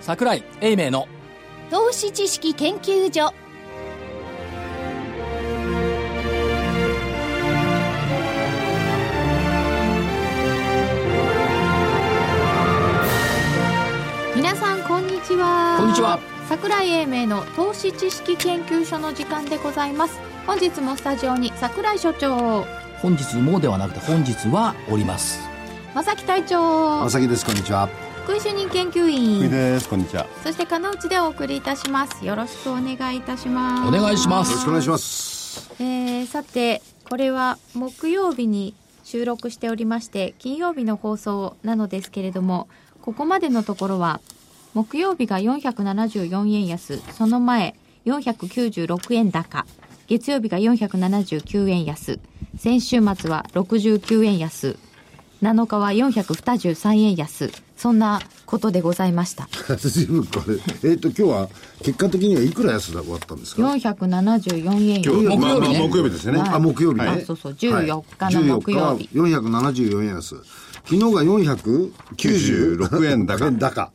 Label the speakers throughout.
Speaker 1: 桜井英明の
Speaker 2: 投資知識研究所皆さんこんにちは
Speaker 1: こんにちは
Speaker 2: 桜井英明の投資知識研究所の時間でございます本日もスタジオに桜井所長
Speaker 1: 本日もではなくて本日はおります
Speaker 2: 正木隊長
Speaker 3: まさきですこんにちは
Speaker 2: 福井主任研究
Speaker 3: 福井
Speaker 2: 員
Speaker 3: ですこんにちはよ
Speaker 2: そして金内でお送りいたしますよろしくお願いいたします
Speaker 1: お願いします
Speaker 3: ろしくお願いします
Speaker 2: えーさてこれは木曜日に収録しておりまして金曜日の放送なのですけれどもここまでのところは木曜日が474円安その前496円高月曜日が479円安先週末は69円安7日は423円安そんなことでございました
Speaker 3: 私分これえっ、と今日は結果的にはいくら安で終わったんですか
Speaker 2: 474円
Speaker 4: 今
Speaker 2: 安
Speaker 4: 日
Speaker 1: 木曜日ね
Speaker 4: まあまあ木曜日ですね。
Speaker 3: あ木曜日ね、
Speaker 2: はいあそうそう14日の木曜日
Speaker 3: はい、14日は474円安昨日が496
Speaker 4: 96円高
Speaker 3: 円高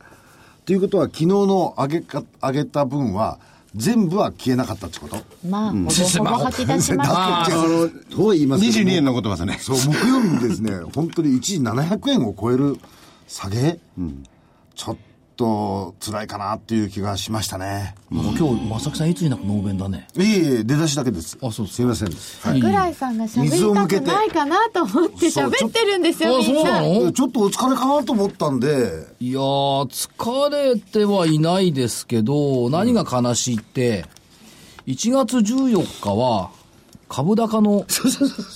Speaker 3: ということは昨日の上げか上げた分は全部は消えなかったってこと
Speaker 2: まあほぼほぼ吐き出しました
Speaker 3: あのそうは言いますけど
Speaker 4: 22円の言葉ですね。
Speaker 3: そう、木曜日にですね、 本当に一時700円を超える下げ、ちょっと辛いかなっていう気がしましたね。
Speaker 1: 今日正木さんいつになくノーベンだね
Speaker 3: いえいえ、出だしだけです。
Speaker 1: あそうです
Speaker 3: すいませんです。はい
Speaker 2: 桜井さんが喋りたくないかなと思って喋ってるんですよ、
Speaker 1: あ
Speaker 2: み
Speaker 1: そ
Speaker 2: ん
Speaker 1: うな
Speaker 2: な。
Speaker 1: の
Speaker 3: ちょっとお疲れかなと思ったんで、
Speaker 1: いやー、疲れてはいないですけど、何が悲しいって、1月14日は、株高 の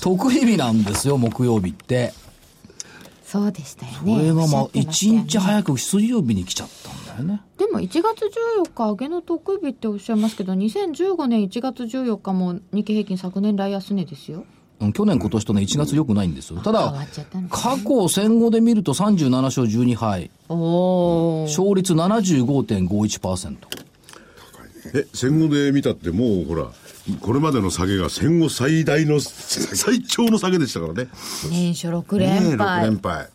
Speaker 1: 特異日なんですよ、木曜日って。
Speaker 2: そうでしたよね。
Speaker 1: これがまあ
Speaker 2: おっ、しゃってしたよね
Speaker 1: 1日早く水曜日に来ちゃったんだよね。
Speaker 2: でも1月14日上げの特日っておっしゃいますけど、2015年1月14日も日経平均昨年来安値ですよ。
Speaker 1: うん去年今年とね、1月良くないんですよ。た
Speaker 2: 変わ
Speaker 1: だ
Speaker 2: っちゃったの、か
Speaker 1: 過去戦後で見ると37勝12敗、
Speaker 2: おー。
Speaker 1: 勝率75.51%。
Speaker 4: え、戦後で見たってもうほら、これまでの下げが戦後最大の、最長の下げでしたからね。
Speaker 2: 年初6
Speaker 3: ねえ
Speaker 2: 連
Speaker 3: 6連
Speaker 2: 敗。
Speaker 3: 敗。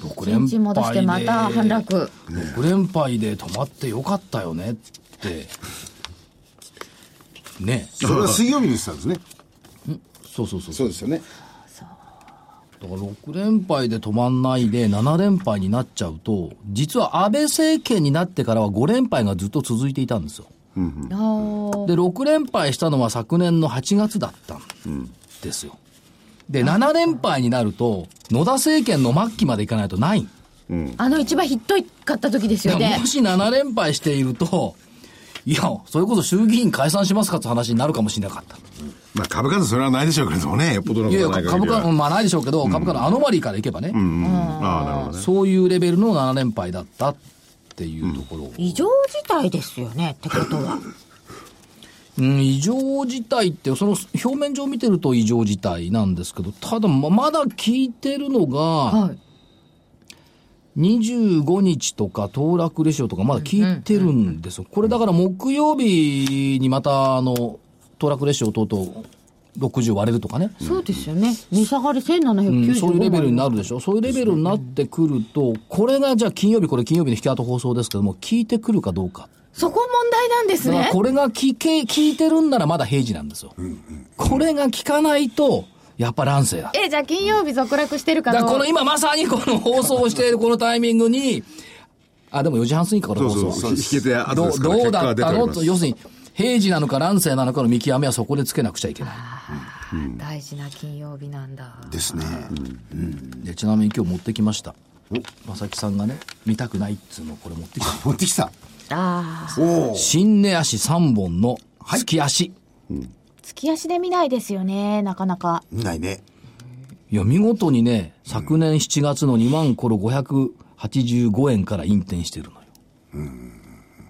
Speaker 1: 6
Speaker 2: 1日戻してまた反落。
Speaker 1: 6連敗で止まってよかったよねって。ね
Speaker 3: それは水曜日にしたんですね。
Speaker 1: そうそうそう。だ
Speaker 3: うですよね。
Speaker 1: から6連敗で止まんないで7連敗になっちゃうと、実は安倍政権になってからは5連敗がずっと続いていたんですよ。
Speaker 2: あー
Speaker 1: で、6連敗したのは昨年の8月だったんですよ。で、7連敗になると、野田政権の末期までいかないとない。
Speaker 2: あの一番ひっどいかった時ですよ
Speaker 1: だから
Speaker 2: ね
Speaker 1: も。し7連敗していると、いや、それこそ衆議院解散しますかって話になるかもしれなかった。
Speaker 4: まあ株価でそれはないでしょうけれどもね、よっぽど
Speaker 1: い
Speaker 4: のこと
Speaker 1: やい
Speaker 4: は
Speaker 1: や、
Speaker 4: ない
Speaker 1: 株
Speaker 4: 限りは
Speaker 1: 価、まあないでしょうけど、株価のアノマリーからいけばね、
Speaker 4: うんああ、なるほどね。
Speaker 1: そういうレベルの7連敗だったっていうところ。
Speaker 2: 異常事態ですよね、ってこと は。
Speaker 1: うん、異常事態って、その表面上見てると異常事態なんですけど、ただままだ聞いてるのが、
Speaker 2: はい。
Speaker 1: 25日とか騰落レシオとかまだ聞いてるんですよ。これだから木曜日にまた、あの、騰落レシオ等々60割れるとかね。
Speaker 2: そうですよね。値下がり1795
Speaker 1: うんそういうレベルに
Speaker 2: る。
Speaker 1: なるでしょ、そういうレベルになってくると、これがじゃあ金曜日、これ金曜日の引き跡放送ですけども、聞いてくるかどうか、
Speaker 2: そこ問題なんです
Speaker 1: だから
Speaker 2: ね。
Speaker 1: これが聞け聞いてるんならまだ平時なんですよ、これが聞かないと、やっぱ乱世だ。
Speaker 2: え、じゃあ金曜日続落してるか
Speaker 1: だから
Speaker 2: どう
Speaker 1: この今まさにこの放送をしているこのタイミングに、あ、でも4時半過ぎか、これ放送
Speaker 4: そうそうそう引けて後
Speaker 1: ど
Speaker 4: で
Speaker 1: う
Speaker 4: すから
Speaker 1: どうだっ
Speaker 4: 結果
Speaker 1: た
Speaker 4: が出ており
Speaker 1: の
Speaker 4: ます
Speaker 1: と、要するに、平時なのか乱世なのかの見極めはそこでつけなくちゃいけない。
Speaker 2: あー大事な金曜日なんだ。
Speaker 3: ですね。
Speaker 1: でちなみに今日持ってきました。正木さんがね、見たくないっつうのをこれ持ってきた。
Speaker 3: 持ってきた。
Speaker 2: ああ。
Speaker 3: おお。
Speaker 1: 新根足3本の突き足、
Speaker 2: 月足で見ないですよね、なかなか。
Speaker 3: 見ないね。
Speaker 1: い、や見事にね昨年7月の2万頃585円から引転してるのよ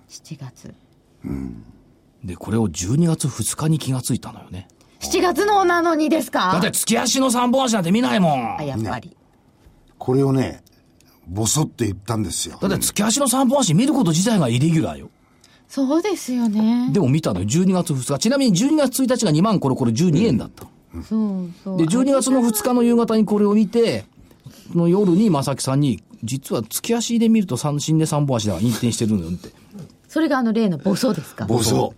Speaker 2: 7月。
Speaker 1: でこれを12月2日に気がついたのよね
Speaker 2: 7月のなのにです
Speaker 1: だ
Speaker 2: か
Speaker 1: って月足の3本足なんて見ないもん
Speaker 2: あ、やっぱり。
Speaker 3: これをね、ボソって言ったんですよ
Speaker 1: だ。って月足の3本足見ること自体がイレギュラーよ
Speaker 2: そうですよね。
Speaker 1: でも見たのよ12月2日ちなみに12月1日が2万コロコロ12円だったの、
Speaker 2: そうそう。
Speaker 1: で12月の2日の夕方にこれを見ての夜に正木さんに、実は月足で見ると三振で三本足だ、引転してるのよって。
Speaker 2: それがあの例の暴走ですか
Speaker 3: 暴走。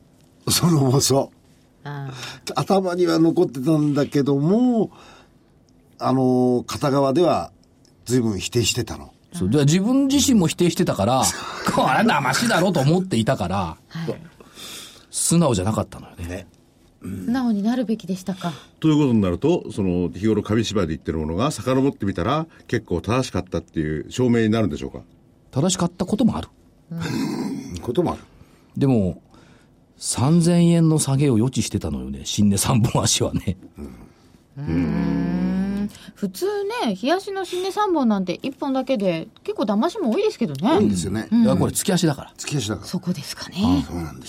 Speaker 3: その暴走。
Speaker 2: あ
Speaker 3: 頭には残ってたんだけども、あの、片側では随分否定してたの。
Speaker 1: そうで自分自身も否定してたから、 これは騙しだろと思っていたから、素直じゃなかったのよね。
Speaker 2: ー素直になるべきでしたか
Speaker 4: ということになると、その日頃紙芝居で言ってるものが遡ってみたら結構正しかったっていう証明になるんでしょうか
Speaker 1: 正しかったこともある。
Speaker 3: こともある。
Speaker 1: でも、3000円の下げを予知してたのよね。死んで3本足はね。
Speaker 2: 普通ね冷やしの新根3本なんて1本だけで結構騙しも多いですけどね、
Speaker 3: ですよね。
Speaker 1: いや、これ月足だから。
Speaker 3: 月足だか
Speaker 2: そこですかね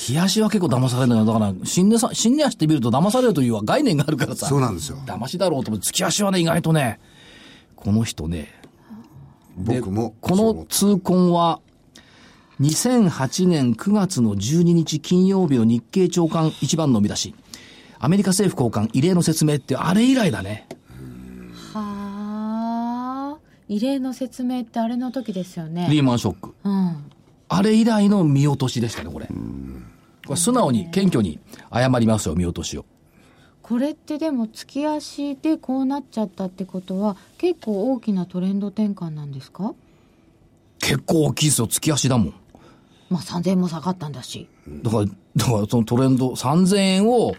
Speaker 1: 冷やしは結構騙されるんだけど、だから、死んでさ、死んで足って見ると騙されるという概念があるからさ。
Speaker 3: ら。そうなんですよ。
Speaker 1: 騙しだろうと思って、月足はね、意外とね、この人ね、で
Speaker 3: 僕も。
Speaker 1: こ
Speaker 3: そう思
Speaker 1: の
Speaker 3: った
Speaker 1: 痛恨は、2008年9月の12日金曜日の日経長官一番の見出し。アメリカ政府高官異例の説明って、あれ以来だね。
Speaker 2: はあ異例の説明ってあれの時ですよ
Speaker 1: リ
Speaker 2: ね
Speaker 1: ーマンショック。
Speaker 2: うん
Speaker 1: あれ以来の見落としでしたね、これ。これ素直に、謙虚に謝りますよ、見落としを。
Speaker 2: これってでも月足でこうなっちゃったってことは結構大きなトレンド転換なんですか
Speaker 1: 結構大きいですよ、月足だもん。
Speaker 2: まあ3000も下がったんだし
Speaker 1: だから、だからそのトレンド、3000円を、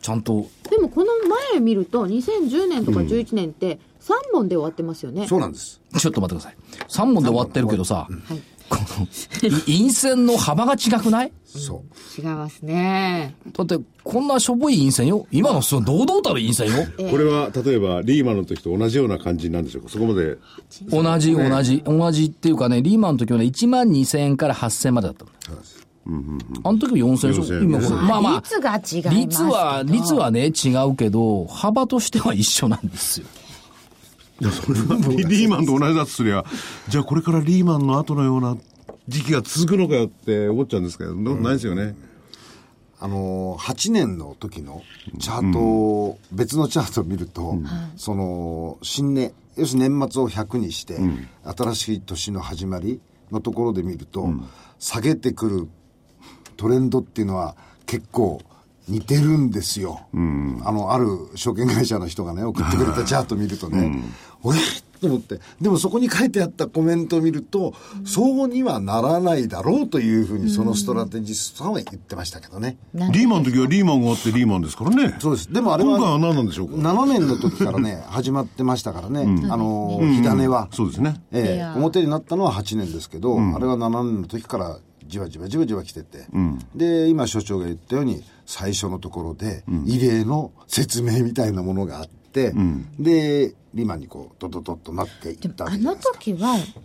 Speaker 1: ちゃんと、
Speaker 2: でもこの前見ると2010年とか11年って3本で終わってますよね、
Speaker 3: そうなんです。
Speaker 1: ちょっと待ってください。3問で終わってるけどさ、
Speaker 2: はい
Speaker 1: この、い 陰線の幅が違くない
Speaker 3: そ
Speaker 2: 違いますね
Speaker 1: だって、こんなしょぼい陰線よ。今のその堂々たる陰線よ。
Speaker 2: ええ
Speaker 4: これは例えばリーマンの時と同じような感じなんでしょうかそこまで
Speaker 1: 同じ、同じ、同じっていうかね、リーマンの時はね、1万2000円から8000円までだったの。あの時も4000円でしょ
Speaker 4: 4000
Speaker 1: 今これ、まあまあ、
Speaker 2: 率が違いますけど
Speaker 1: 率は、率はね、違うけど、幅としては一緒なんですよ。
Speaker 4: いやそれはリ リーマンと同じだとすりゃじゃあこれからリーマンの後のような時期が続くのかよって思っちゃうんですけどそんなことないですよね、
Speaker 3: う。あの、8年の時のチャートを、別のチャートを見ると、その、新年、要するに年末を100にして、新しい年の始まりのところで見ると、下げてくるトレンドっていうのは結構似てるんですよ。あの、ある証券会社の人がね、送ってくれたチャート見るとね、おえと思って。でもそこに書いてあったコメントを見ると、そうにはならないだろうというふうにそのストラテジストさんは言ってましたけどね。
Speaker 4: リーマンの時はリーマンがあってリーマンですからね
Speaker 3: そうです。でもあれ
Speaker 4: 今回は
Speaker 3: は、
Speaker 4: 何なんでしょうか
Speaker 3: 7年の時からね、始まってましたからね、あの、火種は。
Speaker 4: そうですね
Speaker 3: え
Speaker 2: い
Speaker 3: え
Speaker 2: や、
Speaker 3: 表になったのは8年ですけど、あれは7年の時からじわじわじわじわ来てて、で今所長が言ったように最初のところで異例の説明みたいなものがあって、でリマンにこうドドドッとなっていっ
Speaker 2: でも
Speaker 3: たわ
Speaker 2: あ
Speaker 3: けじゃ
Speaker 2: の
Speaker 3: ないですか
Speaker 2: 時は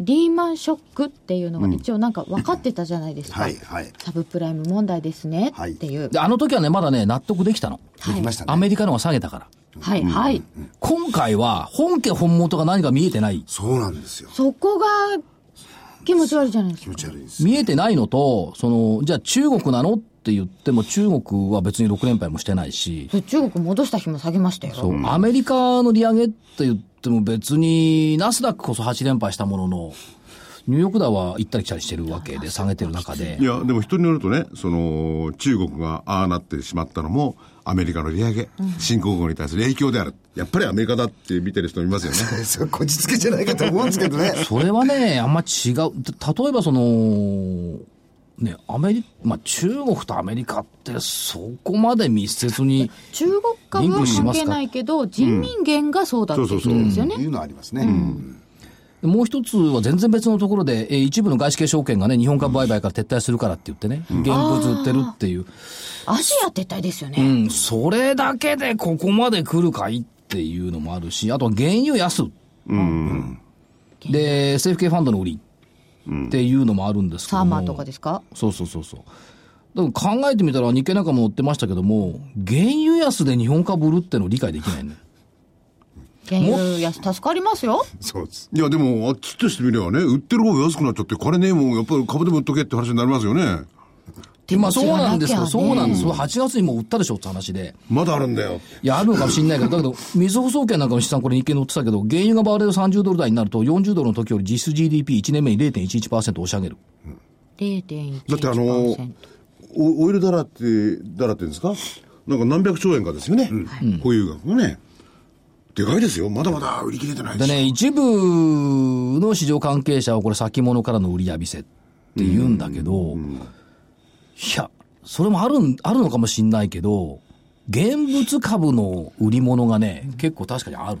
Speaker 2: リーマンショックっていうのが一応なんか分かってたじゃないですか、
Speaker 3: はいはい
Speaker 2: サブプライム問題ですね
Speaker 3: はい
Speaker 2: っていう
Speaker 1: で、あの時はね、まだね、納得できたの。
Speaker 3: できましたね、
Speaker 1: アメリカのが下げたから。
Speaker 2: はいはい、
Speaker 1: 今回は、本家本元が何か見えてない。
Speaker 3: そうなんですよ
Speaker 2: そこが気持ち悪いじゃないです
Speaker 3: 気
Speaker 2: か
Speaker 3: 持ち悪いです
Speaker 1: 見えてないのと、その、じゃあ中国なのって言っても、中国は別に6連敗もしてないし、
Speaker 2: そう中国戻した日も下げましたよ
Speaker 1: そうアメリカの利上げって言っても別に、ナスダックこそ8連敗したものの、ニューヨークダウは行ったり来たりしてるわけで、下げてる中で
Speaker 4: い。や、でも人によるとね、その、中国がああなってしまったのも、アメリカの利上げ、新興国に対する影響である。やっぱりアメリカだって見てる人いますよ ね。
Speaker 3: それこじつけじゃないかと思うんですけどね
Speaker 1: それはね、あんま違う。た例えばその、ね、アメリまあ、中国とアメリカってそこまで密接に、
Speaker 2: 中国株は関係ないけど人民元がそうだって言ってるんですよね、
Speaker 3: いうのはありますね、
Speaker 1: もう一つは全然別のところで、えー一部の外資系証券がね、日本株売買から撤退するからって言ってね、現物売ってるっていう。
Speaker 2: アジア撤退ですよね、
Speaker 1: うん、それだけでここまで来るかいっていうのもあるし、あとは原油安。で、政府系ファンドの売りっていうのもあるんですけ
Speaker 2: サ
Speaker 1: ど
Speaker 2: ー
Speaker 1: も。
Speaker 2: マーとかですか
Speaker 1: そうそうそうそう。でも考えてみたら日経なんかも載ってましたけども、原油安で日本株売るっての理解できない ね。
Speaker 2: 原油安助かりますよ
Speaker 3: そうです
Speaker 4: いや、でも、あっちとしてみればね、売ってる方が安くなっちゃって、金ねえもん、やっぱり株でも売っとけって話になりますよね。
Speaker 2: 手
Speaker 1: まあ
Speaker 2: 持ち
Speaker 1: そう
Speaker 2: が
Speaker 1: なん
Speaker 2: な
Speaker 1: です
Speaker 2: きゃ、
Speaker 1: よ。
Speaker 2: ね、
Speaker 1: そうなんです。その8月にもう売ったでしょって話で。
Speaker 4: まだあるんだよ。
Speaker 1: いや、あるのかもしれないけど、だけど、水保総研なんかの試算、これ日経に載ってたけど、原油がバーレル30ドル台になると、40ドルの時より実質 GDP1 年目に0.11%押し上げる。
Speaker 2: 0.1%。
Speaker 4: だってあのーおオイルだらって、だらってんですかなんか何百兆円かですよね。保有額がね。でかいですよ。まだまだ売り切れてない
Speaker 1: で
Speaker 4: し。
Speaker 1: ね、一部の市場関係者はこれ先物からの売り浴びせって言うんだけど、いや、それもあるん、あるのかもしんないけど、現物株の売り物がね、結構確かにある。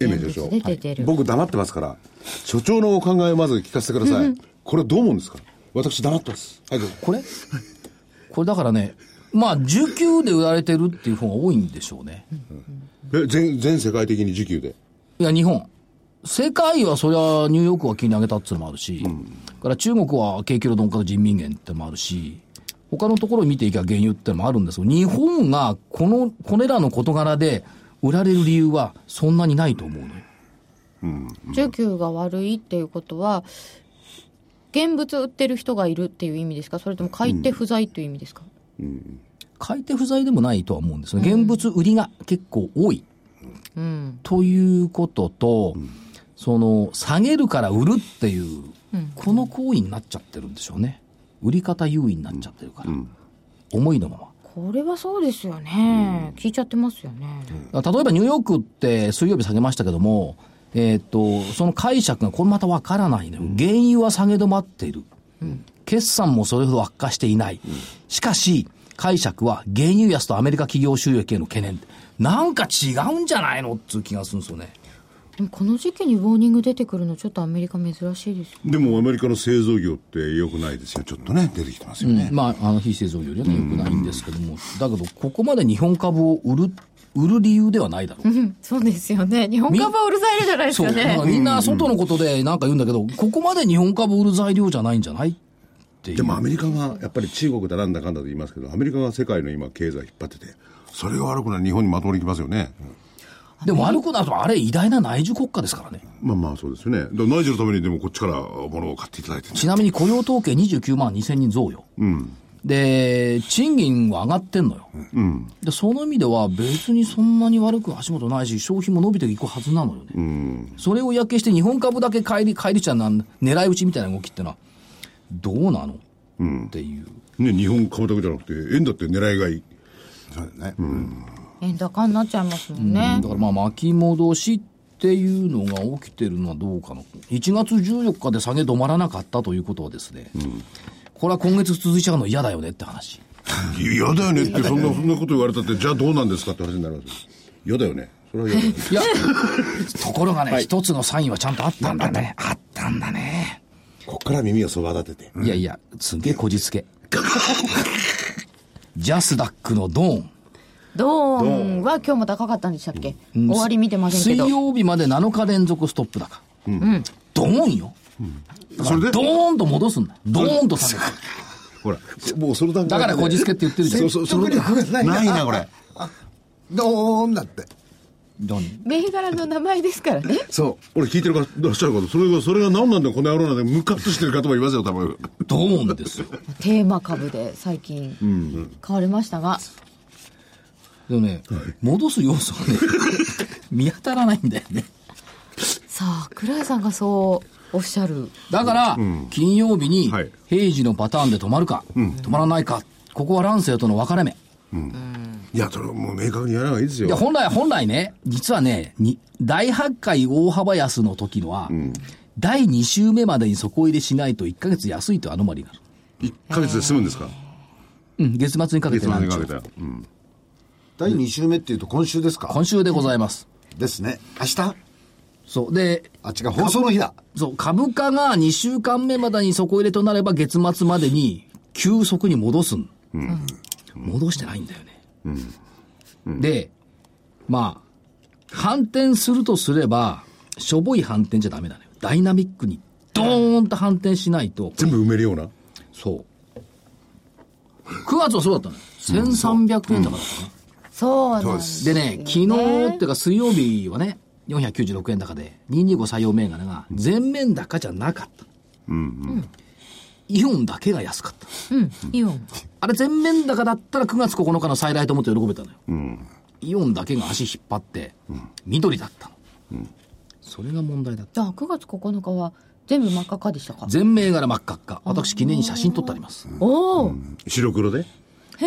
Speaker 4: エメでしょ
Speaker 2: 出ててる
Speaker 4: 僕黙ってますから、所長のお考えをまず聞かせてください。これどう思うんですか私黙ってます。はい、どうぞ
Speaker 1: これこれだからね、まあ、19で売られてるっていう方が多いんでしょうね。
Speaker 4: え全全世界的に時給で。
Speaker 1: いや、日本。世界はそりゃニューヨークは金利上げたっていうのもあるし、から中国は景気の鈍化と人民元ってのもあるし、他のところを見ていけば原油ってのもあるんですけど、日本がこの、これらの事柄で売られる理由はそんなにないと思うのよ。
Speaker 2: 需給が悪いっていうことは、現物売ってる人がいるっていう意味ですか、それとも買い手不在という意味ですか。
Speaker 1: 買い手不在でもないとは思うんですね。現物売りが結構多い。
Speaker 2: うん、
Speaker 1: ということと、その、下げるから売るっていう、この行為になっちゃってるんでしょうね。売り方優位になっちゃってるから。思いのまま。
Speaker 2: これはそうですよね、聞いちゃってますよね。
Speaker 1: 例えばニューヨークって水曜日下げましたけども、えーっと、その解釈がこれまたわからないのよ。原油は下げ止まっている。決算もそれほど悪化していない。しかし、解釈は原油安とアメリカ企業収益への懸念。なんか違うんじゃないのっていう気がするんですよね。
Speaker 2: でもこの時期にウォーニング出てくるの、ちょっとアメリカ珍しいですよ。
Speaker 4: でもアメリカの製造業って良くないですよ。ちょっとね、出てきてますよね。
Speaker 1: まあ、あの非製造業にはね、良くないんですけども、だけど、ここまで日本株を売る、売る理由ではないだろう。
Speaker 2: そうですよね、日本
Speaker 1: 株
Speaker 2: はうるさいじゃないで
Speaker 1: そう。なんかみんな外のことでなんか言うんだけど、ここまで日本株売る材料じゃないんじゃないっていう。
Speaker 4: でもアメリカはやっぱり中国だなんだかんだと言いますけど、アメリカが世界の今経済引っ張ってて、それが悪くない日本にまともに来ますよね。
Speaker 1: でも悪くなると、あれ偉大な内需国家ですからね。
Speaker 4: まあまあそうですよね。だから内需のためにでもこっちから物を買っていただいてる
Speaker 1: ちなみに雇用統計29万2000人増よ。で、賃金は上がってんのよ。で、その意味では別にそんなに悪く足元ないし、消費も伸びていくはずなのよね。それを嫌気して日本株だけ帰り、帰りちゃうなん、狙い撃ちみたいな動きってのは、どうなの、っていう。
Speaker 4: ね、日本株だけじゃなくて、円だって狙いがいい。
Speaker 3: そうだね。
Speaker 2: 円高になっちゃいますもんね
Speaker 1: だ。からまあ巻き戻しっていうのが起きてるのはどうかな。1月14日で下げ止まらなかったということはですね、これは今月続いちゃうの嫌だよねって話。
Speaker 4: 嫌だよねって、そんな、そんなこと言われたって、じゃあどうなんですかって話になりますよ。嫌だよね。それは嫌だよね。
Speaker 1: いや、 ところがね、一、つのサインはちゃんとあったんだね。あったんだね。
Speaker 4: こっから耳をそば立てて。
Speaker 1: いやいや、すげえこじつけ。 ジャスダックのドーン。
Speaker 2: ドーンは今日も高かったんでしたっけ、終わり見てませんけ
Speaker 1: 水
Speaker 2: ど。
Speaker 1: 曜日まで7日連続ストップ高。ドーンよ。
Speaker 4: それで
Speaker 1: ド、ーンと戻すんだ。ドーンと下げる。
Speaker 4: ほら、もうその段階
Speaker 1: だからこじつ
Speaker 4: け。
Speaker 1: けって言ってるじゃん
Speaker 4: そう。そう、その
Speaker 3: 説得力ないな
Speaker 4: ないな、これ。
Speaker 3: どーんだって。
Speaker 1: 何
Speaker 2: 銘柄の名前ですからね。
Speaker 3: そ
Speaker 4: 俺聞いてるから、らっしゃること、それが、それが何なんだよ、この野郎なんで、ムカッとしてる方もいますよ、多分。
Speaker 1: ドーンですよ。
Speaker 2: テーマ株で最近変わりましたが、
Speaker 1: でもね、戻す要素 がね、見当たらないんだよね。
Speaker 2: さあ倉井さんがそうおっしゃる
Speaker 1: だから、金曜日に
Speaker 4: はい、
Speaker 1: 平時のパターンで止まるか、止まらないか、ここは乱世との分かれ目。
Speaker 4: いや、それもう明確にやらない方がいいです
Speaker 1: いや、
Speaker 4: よ。
Speaker 1: 本来、本来ね、実はね、に大発回大幅安の時のは、第2週目までに底入れしないと1ヶ月安いというアノマリーがある。
Speaker 4: 1ヶ月で済むんですか
Speaker 1: うん、月末にかけ
Speaker 4: 月
Speaker 1: て
Speaker 4: ま
Speaker 1: な
Speaker 4: で
Speaker 1: ん
Speaker 4: に
Speaker 1: でし
Speaker 4: か
Speaker 1: ょ
Speaker 4: け
Speaker 1: う
Speaker 4: たら。うん。
Speaker 3: 第2週目っていうと今週ですか
Speaker 1: 今週でございます。
Speaker 3: ですね。明日
Speaker 1: そう。で、
Speaker 3: あ、違う、放送の日だ。
Speaker 1: そう、株価が2週間目までに底入れとなれば月末までに急速に戻すん。戻してないんだよね。で、まあ、反転するとすれば、しょぼい反転じゃダメだね。ダイナミックにドーンと反転しないと、
Speaker 4: 全部埋めるような。
Speaker 1: そう。9月はそうだったのよ。1300円だからかな。
Speaker 2: そうなんです
Speaker 1: でね、昨日っていうか水曜日はね、496円高で、225採用銘柄が全面高じゃなかった。イオンだけが安かった。
Speaker 2: うん、イオン。
Speaker 1: あれ全面高だったら9月9日の再来と思って喜べたのよ。イオンだけが足引っ張って、緑だったの。それが問題だった。
Speaker 2: じゃあ9月9日は全部真っ赤っかでしたか
Speaker 1: 全銘柄真っ赤っか。私記念に写真撮ってあります。
Speaker 2: おお、
Speaker 4: 白黒で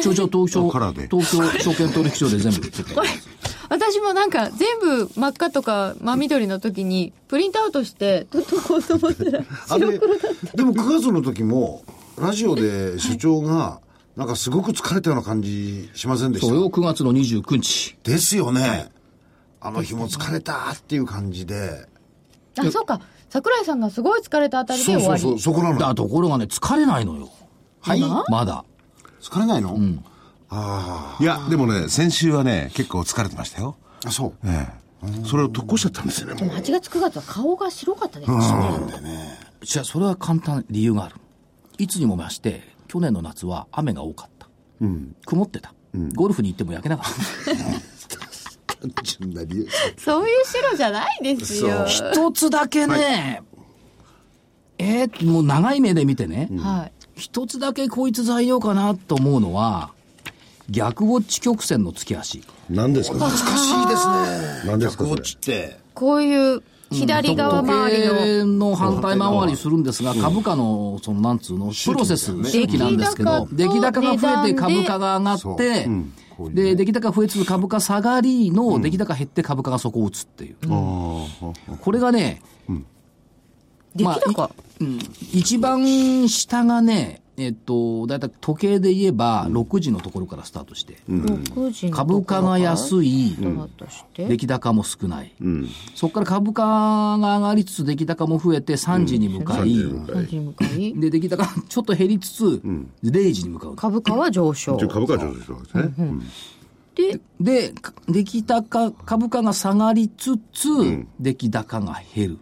Speaker 1: ちょちょ東京、
Speaker 4: カラーで
Speaker 1: 東京証券取引所で全部撮ってあります。
Speaker 2: 私もなんか全部真っ赤とか真緑の時にプリントアウトして取っとこうと思ったら
Speaker 3: あれでも9月の時もラジオで所長がなんかすごく疲れたような感じしませんでし
Speaker 1: それ
Speaker 3: た
Speaker 1: を9月の29日。
Speaker 3: ですよねあの日も疲れたっていう感じで
Speaker 2: あそうか桜井さんがすごい疲れたあたりで
Speaker 3: そう
Speaker 2: 終
Speaker 3: そ
Speaker 2: わ
Speaker 3: う
Speaker 2: り
Speaker 3: そうそこなのよ
Speaker 1: だところがね、疲れないのよ。
Speaker 3: はい
Speaker 1: まだ。
Speaker 3: 疲れないの、
Speaker 4: いやでもね先週はね結構疲れてましたよ
Speaker 3: あそう
Speaker 4: ええそれを特攻しちゃったんですよねもう
Speaker 2: 8月9月は顔が白かったですね
Speaker 1: じゃあそれは簡単理由があるいつにも増して去年の夏は雨が多かった、曇ってた、ゴルフに行っても焼けなかっ
Speaker 3: 単純な理由
Speaker 2: そういう白じゃないですよ
Speaker 1: た一つだけね、えーもう長い目で見てね、
Speaker 2: はい
Speaker 1: 一つだけこいつ材料かなと思うのは逆ウォッチ曲線の突き足
Speaker 4: 何ですかそれ
Speaker 3: 難しいですね
Speaker 4: 何ですか
Speaker 3: こ
Speaker 4: そ
Speaker 3: っ
Speaker 4: れ
Speaker 3: ちって
Speaker 2: こういう左側周りの、
Speaker 1: 時計の反対回りするんですが、株価の、その、なんつうの、プロセス、周期なんですけど、出
Speaker 2: 出
Speaker 1: 来
Speaker 2: 来
Speaker 1: 高
Speaker 2: 高
Speaker 1: が
Speaker 2: と値段で
Speaker 1: 増えて株価が上がって、で、出来高増えつつ株価下がりの、出来高減って株価がそこを打つっていう。これがね、
Speaker 2: 出来高、
Speaker 1: まあうん一番下がね、えっと、だいたい時計で言えば、6時のところからスタートして、
Speaker 2: 6時のところ
Speaker 1: 株価が安い、
Speaker 2: だとして、
Speaker 1: 出来高も少ない、そこから株価が上がりつつ出来高も増えて3時に向かい、
Speaker 2: 3時に向かい
Speaker 1: で出来高 ちょっと減りつつ、0時に向かう
Speaker 2: 株価は上昇
Speaker 4: 一応株価上昇したわけですね、うん
Speaker 2: で
Speaker 1: でか出来高株価が下がりつつ、出来高が減る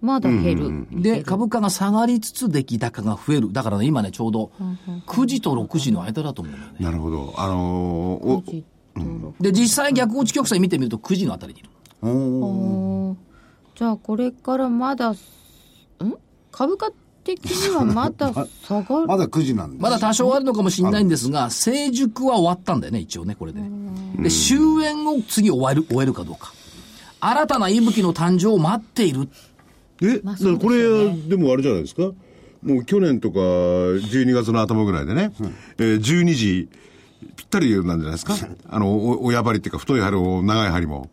Speaker 2: まだ減る、
Speaker 1: で株価が下がりつつ出来高が増えるだからね今ねちょうど9時と6時の間だと思うんだよね
Speaker 4: なるほどあのーお
Speaker 2: じっとろ
Speaker 1: で実際逆落ち曲線見てみると9時のあたりにいる
Speaker 2: おーじゃあこれからまだん株価的にはまだ下がる、
Speaker 3: まだ9時なんです
Speaker 1: まだ多少あるのかもしれないんですが成熟は終わったんだよね一応ねこれでねで終焉を次終える終えるかどうか新たな息吹の誕生を待っている
Speaker 4: え、
Speaker 2: まあ
Speaker 4: だからこれ
Speaker 2: そうですよ
Speaker 4: でもあれじゃないですかもう去年とか12月の頭ぐらいでね、えー12時ぴったりなんじゃないですかあのお親針っていうか太い針も長い針も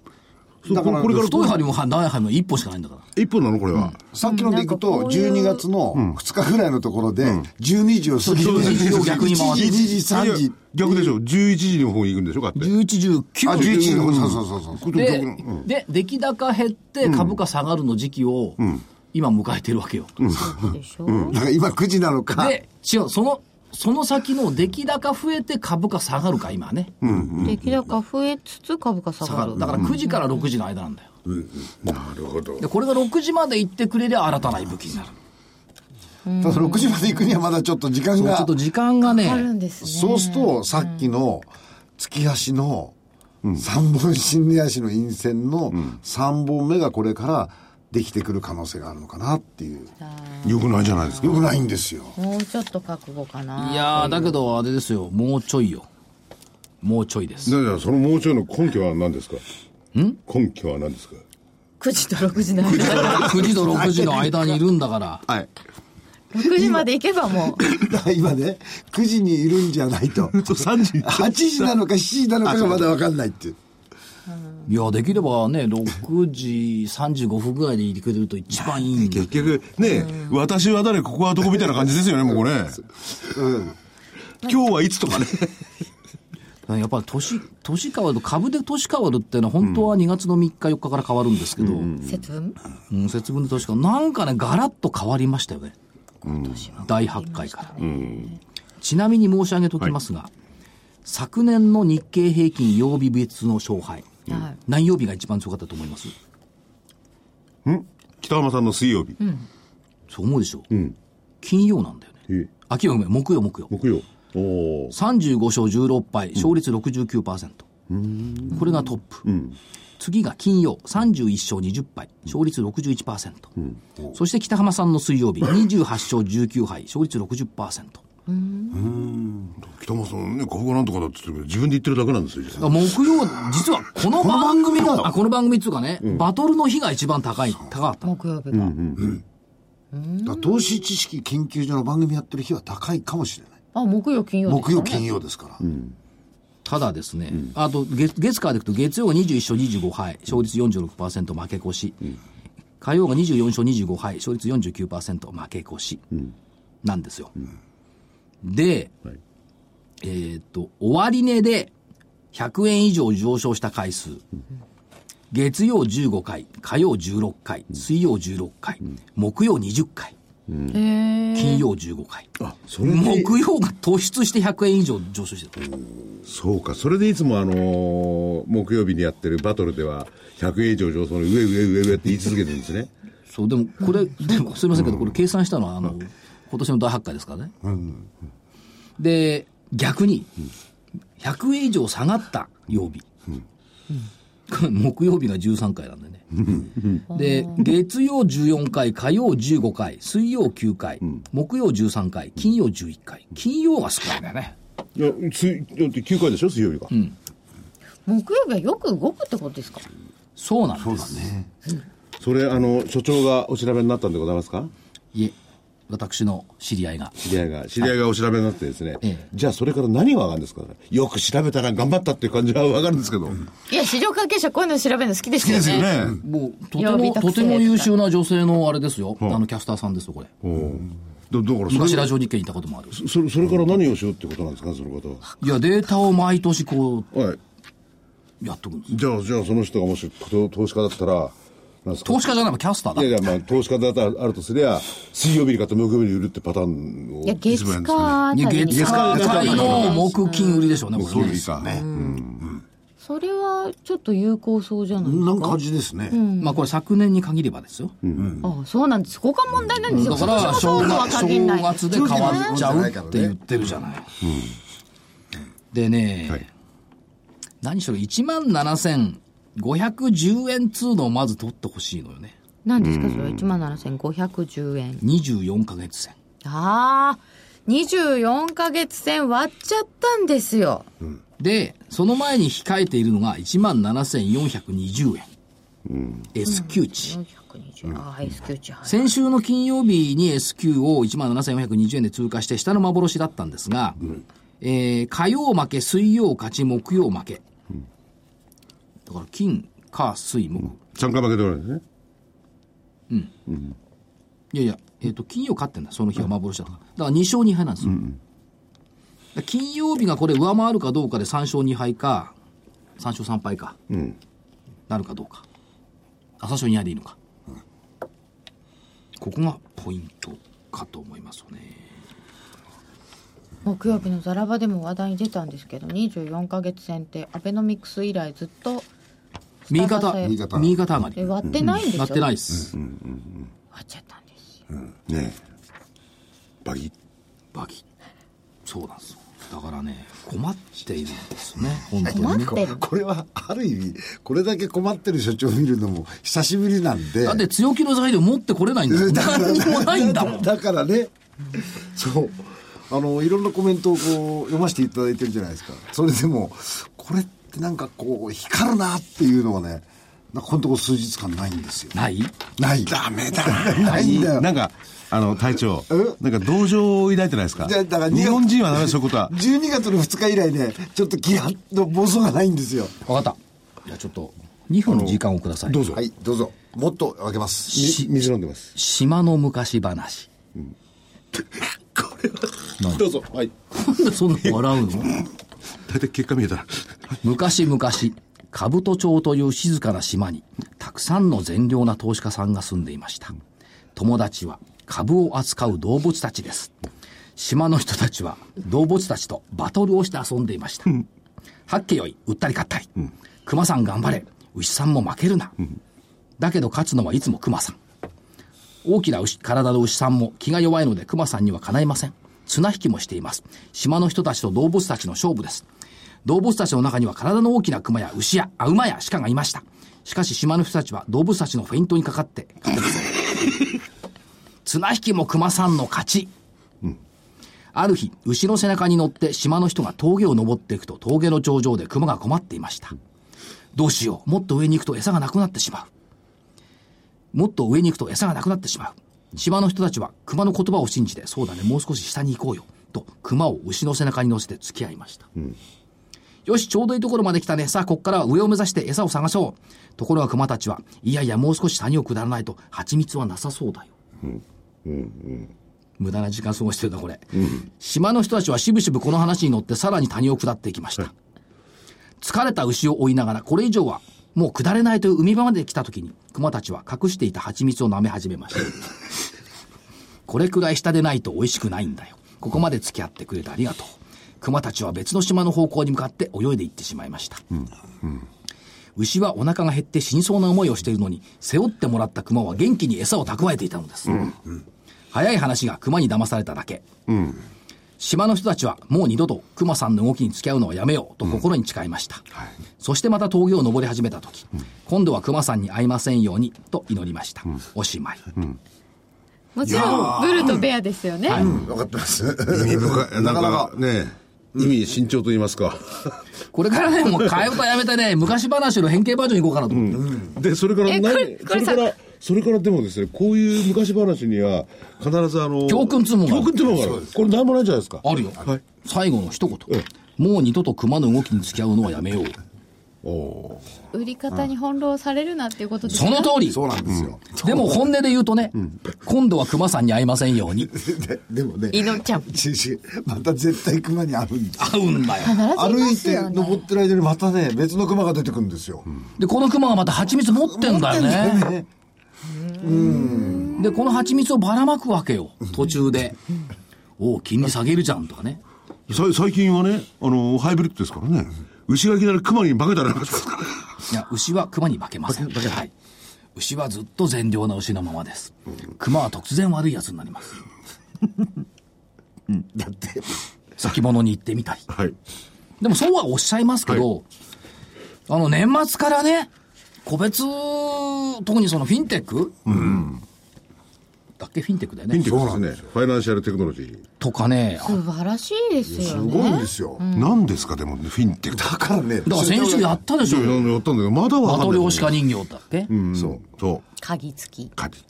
Speaker 4: そう
Speaker 3: だから
Speaker 4: これから
Speaker 1: 太い針も長い針も一本しかないんだから
Speaker 4: 一本なのこれは、
Speaker 3: さっきのでいく
Speaker 2: なん
Speaker 3: と
Speaker 2: かこういう
Speaker 3: 12月の2日ぐらいのところで12時を過ぎて
Speaker 1: そう12時を逆に回って
Speaker 3: 1時2時3
Speaker 4: いや
Speaker 3: 時
Speaker 4: 逆でしょ11時の方に行くんでしょかって
Speaker 1: 11時
Speaker 3: あ
Speaker 1: 19
Speaker 3: 11
Speaker 1: 時
Speaker 3: 時のそうそうそうそう
Speaker 1: で,、で出来高減って株価下がるの時期を今迎えてるわけよ、
Speaker 2: でしょ、
Speaker 3: だから今9時なのか
Speaker 1: で違うそのその先の出来高増えて株価下がるか今ね
Speaker 2: 出来高増えつつ株価下
Speaker 1: 下
Speaker 2: が
Speaker 1: が
Speaker 2: る
Speaker 1: るだから9時から6時の間なんだよ
Speaker 4: なるほど
Speaker 1: でこれが6時まで行ってくれりゃ新たな息吹になる
Speaker 3: ただ6時まで行くにはまだちょっと時間
Speaker 1: そうちょ
Speaker 3: が
Speaker 1: っと時間がね
Speaker 2: あるんですね
Speaker 3: そうするとさっきの月足の三本新根足の陰線の3本目がこれからできてくる可能性があるのかなっていう
Speaker 4: よくないじゃないですか
Speaker 3: よくないんですよ
Speaker 2: もうちょっと覚悟かない
Speaker 1: やーだけどあれですよもうちょいよもうちょいです
Speaker 4: じゃあじゃあそのもうちょいの根拠は何ですか根拠は何ですか
Speaker 2: 9時と6時の間
Speaker 1: 9時と6時の間にいるんだから
Speaker 4: はい
Speaker 2: 6時まで行けばもう
Speaker 3: だから今ね9時にいるんじゃないと
Speaker 4: 3時
Speaker 3: 8時なのか7時なのかがまだ分かんないっていう
Speaker 1: いやできればね6時35分ぐらいでいてくれると一番いいんだけど
Speaker 4: 結局ね私は誰ここはどこみたいな感じですよねもうこれ、今日はいつとかね
Speaker 1: やっぱり年、年変わると、株で年変わるっていうのは、本当は2月の3日、4日から変わるんですけど、うん
Speaker 2: 節分
Speaker 1: 節分で年変わる。なんかね、ガラッと変わりましたよね。第8回から。ちなみに申し上げときますが、昨年の日経平均曜日別の勝敗、
Speaker 2: はい
Speaker 1: 何曜日が一番強かったと思います
Speaker 4: 北浜さんの水曜日、
Speaker 1: そう思うでしょう、金曜なんだよね。
Speaker 4: え
Speaker 1: あ、金曜、ごめん木曜、木曜。
Speaker 4: 木曜おお
Speaker 1: 35勝16敗、勝率69%。これがトップ、次が金曜31勝20敗勝率61%、そして北浜さんの水曜日28勝19敗勝率60%
Speaker 4: 北間さんね、株がなんとかだって言ってるけど、自分で言ってるだけなんですよ。実は
Speaker 1: 木曜実はこの番組
Speaker 3: この番組なの
Speaker 1: あこの番組っていうかね、バトルの日が一番高い高かった
Speaker 5: 木曜日が。
Speaker 3: だから投資知識研究所の番組やってる日は高いかもしれない。
Speaker 5: あ、木曜、金曜です
Speaker 3: 木
Speaker 5: よ
Speaker 3: 曜、
Speaker 5: ね
Speaker 3: 金曜ですから。
Speaker 1: ただですね、あと月月火でいくと月曜が21勝25敗勝率46%負け越し、火曜が24勝25敗勝率49%負け越し、なんですよ、で、
Speaker 4: はい
Speaker 1: えーっと終値で100円以上上昇した回数、月曜15回火曜16回水曜16回、木曜20回金曜15回、
Speaker 4: あ、それで、
Speaker 1: 木曜が突出して100円以上上昇してた
Speaker 4: そうか、それでいつもあのー木曜日にやってるバトルでは、100円以上上昇の上上上上って言い続けてるんですね。
Speaker 1: そう、でもこれ、でもすみませんけど、これ計算したのは、あの、今年の大発会ですからね。で、逆に、100円以上下がった曜日。これ木曜日が13回なんでね。で、月曜14回、火曜15回、水曜9回、木曜13回、金曜11回。金曜が少ないんだよね。
Speaker 4: いや、ついだって9回でしょ、水曜日が。
Speaker 5: 木曜日はよく動くってことですか
Speaker 1: そうなんです。
Speaker 4: それ、あの、所長がお調べになったんでございますか
Speaker 1: いえ、私の知り合いが。
Speaker 4: 知り合いが、知り合いがお調べになってですね、
Speaker 1: ええ
Speaker 4: じゃあそれから何が上がるんですかよく調べたら頑張ったっていう感じは上がるんですけど。
Speaker 5: いや、市場関係者こういうの調べるの好きですよね。
Speaker 4: ね。
Speaker 1: もう、とて
Speaker 5: 曜日
Speaker 1: も、
Speaker 5: 特
Speaker 1: と
Speaker 5: 製
Speaker 1: ても優秀な女性のあれですよ。あの、キャスターさんですよ、これ。
Speaker 4: だだからそれ
Speaker 1: 昔ラジオ日経にいたこともある。
Speaker 4: それ、それから何をしようってことなんですか、その方は。
Speaker 1: いや、データを毎年こ
Speaker 4: はい。
Speaker 1: う、やっとくんです。
Speaker 4: じゃあ、じゃあその人がもし投投資家だったら、なんですか
Speaker 1: 投資家じゃないもんキャスター
Speaker 4: い
Speaker 1: だ。
Speaker 4: やいや、まあ、投資家だったらあるとすりゃ、水曜日に買って木曜日に売るってパターンを。
Speaker 5: いや、月
Speaker 4: 実務
Speaker 5: 火あ
Speaker 1: いや
Speaker 5: たりに
Speaker 1: 月
Speaker 4: 月
Speaker 1: 火
Speaker 4: 火
Speaker 1: 火の木金売りでしょうね、こ
Speaker 4: そ
Speaker 1: れ
Speaker 4: うで
Speaker 1: ね。
Speaker 4: すか。
Speaker 5: それはちょっと有効そうじゃないですか。
Speaker 3: なんか感じですね。
Speaker 1: まあこれ昨年に限ればですよ。
Speaker 5: あそうなんです。そこが問題なんですよ。
Speaker 1: だから
Speaker 5: そも
Speaker 1: 正
Speaker 5: そもそうとは
Speaker 1: 月
Speaker 5: 限ら
Speaker 1: 正
Speaker 5: ない。
Speaker 1: 月で変わっちゃうって言ってるじゃない。で
Speaker 4: はい
Speaker 1: ね、何しろ17,510円通のをまず取ってほしいのよね。
Speaker 5: 何ですかそれは17,510円。
Speaker 1: 24ヶ月線。
Speaker 5: ああ、24ヶ月線割っちゃったんですよ。
Speaker 1: で、その前に控えているのが17,420円。S q 値。
Speaker 5: 420。ああ、S q 値。はい
Speaker 1: 先週の金曜日に S q を17,420円で通過して下の幻だったんですが、えー火曜負け、水曜勝ち、木曜負け。だから金、火、水、木。
Speaker 4: 3回負けておられるんですね。
Speaker 1: いやいや、えっ、と、金曜勝ってんだ、その日は幻だったから。だから2勝2敗なんですよ。だから金曜日がこれ上回るかどうかで3勝2敗か、3勝3敗か、なるかどうか。あ、3勝2敗でいいのか。ここがポイントかと思いますよね。
Speaker 5: 木曜日のザラバでも話題に出たんですけど、24ヶ月線ってアベノミクス以来ずっと
Speaker 1: 右肩、
Speaker 5: 右
Speaker 1: 右
Speaker 3: 肩
Speaker 1: 肩上がり。
Speaker 5: え割ってないんですよ。
Speaker 1: なってないっす。
Speaker 5: 割っちゃったんですよ。
Speaker 4: ねえ。バギ
Speaker 1: バキッ。そうなんですよ。だからね、困っているんですね、本当
Speaker 5: 困
Speaker 1: にね。
Speaker 5: ってる。
Speaker 3: これはある意味、これだけ困ってる所長を見るのも久しぶりなんで。
Speaker 1: だって強気の材料持ってこれないん だもん。何にもないんだもん。
Speaker 3: だからね、そう。あの、いろんなコメントをこう読ませていただいてるじゃないですか。それでも、これってなんかこう、光るなっていうのはね、なんかこのとこ数日間ないんですよ。
Speaker 1: ない
Speaker 3: ない。ダメだ。ないんだよ。
Speaker 4: なんか、あの、隊長
Speaker 3: え、
Speaker 4: なんか同情を抱いてないですか
Speaker 3: じゃあだから
Speaker 4: 日本人はダメですそういうこ とは。
Speaker 3: 12月の2日以来ね、ちょっとギラッと暴走がないんですよ。
Speaker 1: わかった。じゃあちょっと、2分時間をください。
Speaker 4: どうぞ。
Speaker 3: はい、どうぞ。もっと分けます。
Speaker 4: み水飲んでます。
Speaker 1: 島の昔話。
Speaker 4: どうぞ。はい。
Speaker 1: なんでそんな笑うの
Speaker 4: 大体結果見えたら。
Speaker 1: 昔々、兜町という静かな島に、たくさんの善良な投資家さんが住んでいました。友達は株を扱う動物たちです。島の人たちは動物たちとバトルをして遊んでいました。はっけよい、売ったり買ったり。熊さん頑張れ、牛さんも負けるな。だけど勝つのはいつも熊さん。大きな牛体の牛さんも気が弱いので熊さんにはかないません。綱引きもしています。島の人たちと動物たちの勝負です。動物たちの中には体の大きな熊や牛や、あ、馬や鹿がいました。しかし島の人たちは動物たちのフェイントにかかって、勝てません。綱引きも熊さんの勝ち。ある日、牛の背中に乗って島の人が峠を登っていくと峠の頂上で熊が困っていました。どうしよう。もっと上に行くと餌がなくなってしまう。もっと上に行くと餌がなくなってしまう。島の人たちは熊の言葉を信じて、そうだね、もう少し下に行こうよ。と、熊を牛の背中に乗せて付き合いました。よし、ちょうどいいところまで来たね。さあ、こっからは上を目指して餌を探そう。ところが熊たちは、いやいや、もう少し谷を下らないと、蜂蜜はなさそうだよ。無駄な時間過ごしてるな、これ。島の人たちはしぶしぶこの話に乗って、さらに谷を下っていきました。疲れた牛を追いながら、これ以上は、もう下れないという海場まで来た時に、熊たちは隠していた蜂蜜を舐め始めました。 これくらい下でないと美味しくないんだよ。ここまで付き合ってくれてありがとう。熊たちは別の島の方向に向かって泳いで行ってしまいました。牛はお腹が減って死にそうな思いをしているのに、背負ってもらった熊は元気に餌を蓄えていたのです。早い話が熊に騙されただけ。島の人たちはもう二度と熊さんの動きに付き合うのはやめようと心に誓いました。そしてまた峠を登り始めた時、今度は熊さんに会いませんようにと祈りました。おしまい。
Speaker 2: もちろん、ブルとベアですよね。
Speaker 3: 分かってます。
Speaker 4: 意味深い。な
Speaker 3: なんかな
Speaker 4: か
Speaker 3: か、
Speaker 4: ね、意味慎重と言いますか。
Speaker 1: これからね、もう替え歌やめてね、昔話の変形バージョン行こうかなと思って。
Speaker 4: で、それから
Speaker 2: え
Speaker 4: 何
Speaker 2: これこれ
Speaker 4: そ
Speaker 2: さ
Speaker 4: れから、それからでもですね、こういう昔話には、必ずあの、
Speaker 1: 教訓つもがあ
Speaker 4: 教
Speaker 1: る
Speaker 4: 訓つもがある。これなんもないじゃないですか。
Speaker 1: あるよ。
Speaker 4: はい。
Speaker 1: 最後の一言。もう二度と熊の動きに付き合うのはやめよう。
Speaker 4: おおー。
Speaker 2: 売り方に翻弄されるなっていうことです
Speaker 1: その
Speaker 2: ね
Speaker 1: 通り
Speaker 3: そうなんですよ。
Speaker 1: でも本音で言うとね、今度は熊さんに会いませんように。
Speaker 3: ででもね、
Speaker 5: 祈っちゃう
Speaker 3: 違う違うまた絶対熊に会うんです
Speaker 1: 会うんだよ。
Speaker 3: 歩いて登ってる間にまたね、別の熊が出てくるんですよ。
Speaker 1: で、この熊がまた蜂蜜持ってんだよね。
Speaker 3: ね
Speaker 1: で、この蜂蜜をばらまくわけよ。途中で。おう、金利下げるじゃんとかね。
Speaker 4: さ最近はね、あの、ハイブリッドですからね。牛がいきなり熊に化けたらなんかですから。
Speaker 1: いや、牛は熊に負けません。はい。牛はずっと善良な牛のままです。熊は突然悪い奴になります。
Speaker 3: だって、
Speaker 1: 先物に行ってみたり。
Speaker 4: はい。
Speaker 1: でもそうはおっしゃいますけど、あの年末からね、個別、特にそのフィンテック、だっけフィンテックだよ
Speaker 4: ピン
Speaker 1: ね
Speaker 4: テ。ィックですね。ファイナンシャルテクノロジー。
Speaker 1: とかね、あ
Speaker 5: 素晴らしいです
Speaker 3: す
Speaker 5: よね
Speaker 3: ごいんですよ。
Speaker 4: 何ですか、でもね、フィンテック。
Speaker 3: だからね、
Speaker 1: だから先週やったでし
Speaker 4: い
Speaker 1: ょ
Speaker 4: や。いややったんだけど、まだわ
Speaker 1: マ
Speaker 4: かんない。
Speaker 1: トリョーシカ人形だっけ、
Speaker 4: うん。そう。そう。
Speaker 5: 鍵付き
Speaker 4: カジ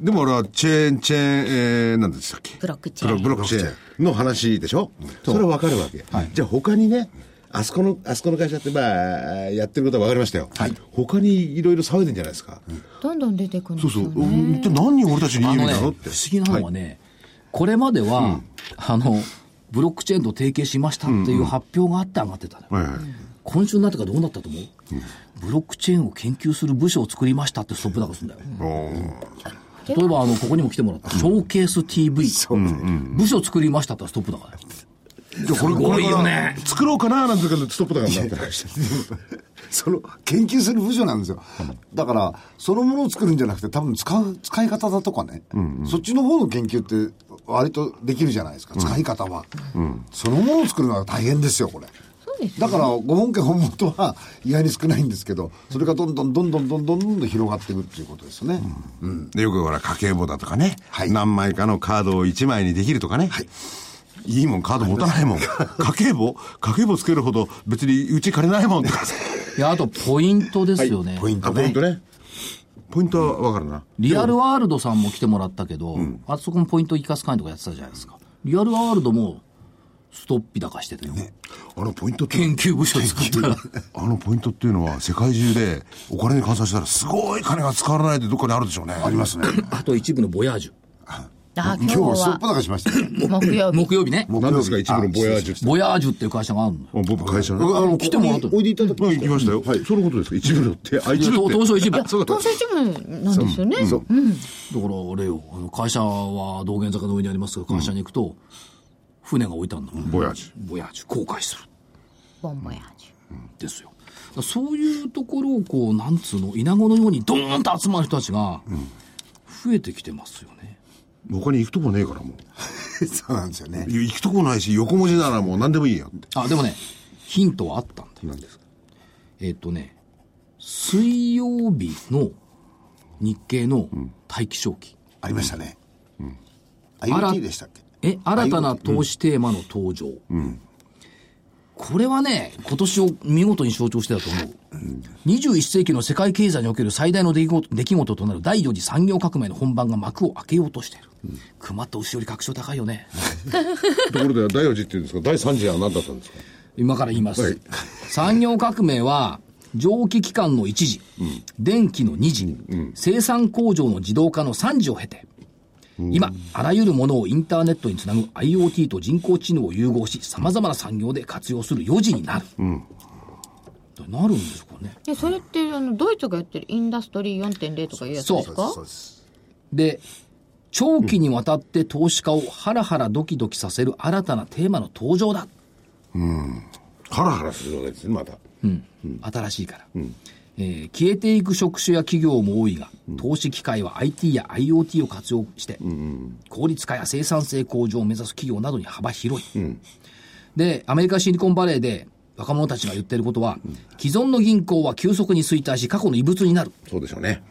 Speaker 4: でもあれはチェーン、チェーン、えー、なんでしたっけ
Speaker 5: ブロックチェーン
Speaker 4: ブロブロックチェーンの話でしょそれはわかるわけ。じゃあ他にね、あそこの、あそこの会社ってまあ、やってることはわかりましたよ。他にいろいろ騒いでんじゃないですか。
Speaker 5: どんどん出てくるんで
Speaker 4: そう
Speaker 5: す
Speaker 4: そ
Speaker 5: よ
Speaker 4: う。
Speaker 5: ね
Speaker 4: うん一体何人俺たちに言
Speaker 1: あ
Speaker 4: える
Speaker 1: の
Speaker 4: ん
Speaker 1: ね、
Speaker 4: だ
Speaker 1: 不
Speaker 4: ろ
Speaker 1: 思
Speaker 4: うって。
Speaker 1: 議なのは
Speaker 4: はい
Speaker 1: ね、これまでは、あの、ブロックチェーンと提携しましたっていう発表があって上がってたのよ、
Speaker 4: はいはい。
Speaker 1: 今週になってからどうなったと思う、ブロックチェーンを研究する部署を作りましたってストップ高するんだよ。
Speaker 4: おー
Speaker 1: 例えばあのここにも来てもらったショーケース TV、部署作りましたってストップだから
Speaker 3: じゃあこれこれから
Speaker 1: ね
Speaker 4: 作ろうかななんて言うからストップだからな
Speaker 3: その、研究する部署なんですよ。だから、そのものを作るんじゃなくて、多分使う、使い方だとかね、そっちの方の研究って、割とできるじゃないですか、使い方は。そのものを作るのは大変ですよ、これ。だから、ご本家本元は意外に少ないんですけど、それがどんどんどんどんどんどんどんどん広がっていくっていうことですよね。
Speaker 4: でよくほら、家計簿だとかね、
Speaker 3: はい
Speaker 4: 何枚かのカードを1枚にできるとかね。い。いもん、カード持たないもん。家計簿家計簿つけるほど別にうち借りないもんとか。
Speaker 1: いやあとポイントですよね、
Speaker 3: ポイン
Speaker 4: あ
Speaker 3: ト
Speaker 4: ポイン
Speaker 3: ね
Speaker 4: ト。ね。ポイントはわかるな。
Speaker 1: リアルワールドさんも来てもらったけど、あそこもポイント生かす会とかやってたじゃないですかリアルワールドもストッピ高してたよ、
Speaker 4: あのポイントって、
Speaker 1: 研究部署作ったら
Speaker 4: あのポイントっていうのは世界中でお金に換算したらすごい金が使われないでどっかにあるでしょうね。ありますね。
Speaker 1: あと一部のボヤージュ
Speaker 5: あ今
Speaker 3: 今
Speaker 5: 日
Speaker 3: 日はすっ
Speaker 5: は
Speaker 3: ぱだかしましたよ。
Speaker 5: 木曜日
Speaker 1: 木曜日ね
Speaker 4: 何ですか一部のボヤージュって。
Speaker 1: ボヤージュっていう会社があるのよ
Speaker 4: あ僕会社
Speaker 3: あ
Speaker 4: の。
Speaker 3: の
Speaker 1: 来てもらうと
Speaker 3: ここにおいでいただきま
Speaker 4: あ
Speaker 3: し
Speaker 4: 行
Speaker 3: た
Speaker 4: き
Speaker 3: よ
Speaker 4: ましたよ。そのことです。一部のって、あ、一部って。
Speaker 1: 東証一部だか
Speaker 5: 当選一部なんですよね
Speaker 1: ら俺よあの会社は道玄坂の上にありますが会社に行くと、船が置いてあるの、
Speaker 4: ボヤージ
Speaker 1: ボヤージュ公開する
Speaker 5: ボンボヤージ
Speaker 1: ですよ。だからそういうところをこう、なんつうの、稲子のようにドーンと集まる人たちが、増えてきてますよね。
Speaker 4: ュ。他に行くとこねえからもう。
Speaker 3: そうなんですよね。
Speaker 4: いや行くとこないし、横文字ならもう何でもいいやって。
Speaker 1: あ、でもね、ヒントはあったんだよ。
Speaker 4: 何ですか
Speaker 1: えっ、とね、水曜日の日経の大気象期。
Speaker 3: ありましたね。
Speaker 1: あら
Speaker 3: IoT でしたっけ
Speaker 1: え、新たな投資テーマの登場。これはね、今年を見事に象徴してたと思う。21世紀の世界経済における最大の出来事出来事となる第4次産業革命の本番が幕を開けようとしている。熊と牛より確証高いよね。
Speaker 4: ところで、第4次っていうんですか、第3次は何だったんですか
Speaker 1: 今から言います。
Speaker 4: はい
Speaker 1: 産業革命は、蒸気機関の1時、電気の2時、生産工場の自動化の3時を経て、今、あらゆるものをインターネットにつなぐ IoT と人工知能を融合し、様々な産業で活用する4時になる。なるんですかね。
Speaker 5: でそれってあのドイツがやってるインダストリー4.0とかいうやつですか
Speaker 3: そうです。
Speaker 1: で、長期にわたって投資家をハラハラドキドキさせる新たなテーマの登場だ。
Speaker 4: ハラハラするわけですね、また。
Speaker 1: 新しいから、えー消えていく職種や企業も多いが、投資機会は IT や IoT を活用して、効率化や生産性向上を目指す企業などに幅広い、でアメリカシリコンバレーで若者たちが言ってることは、既存の銀行は急速に衰退し過去の異物になる
Speaker 4: そうでしょうね。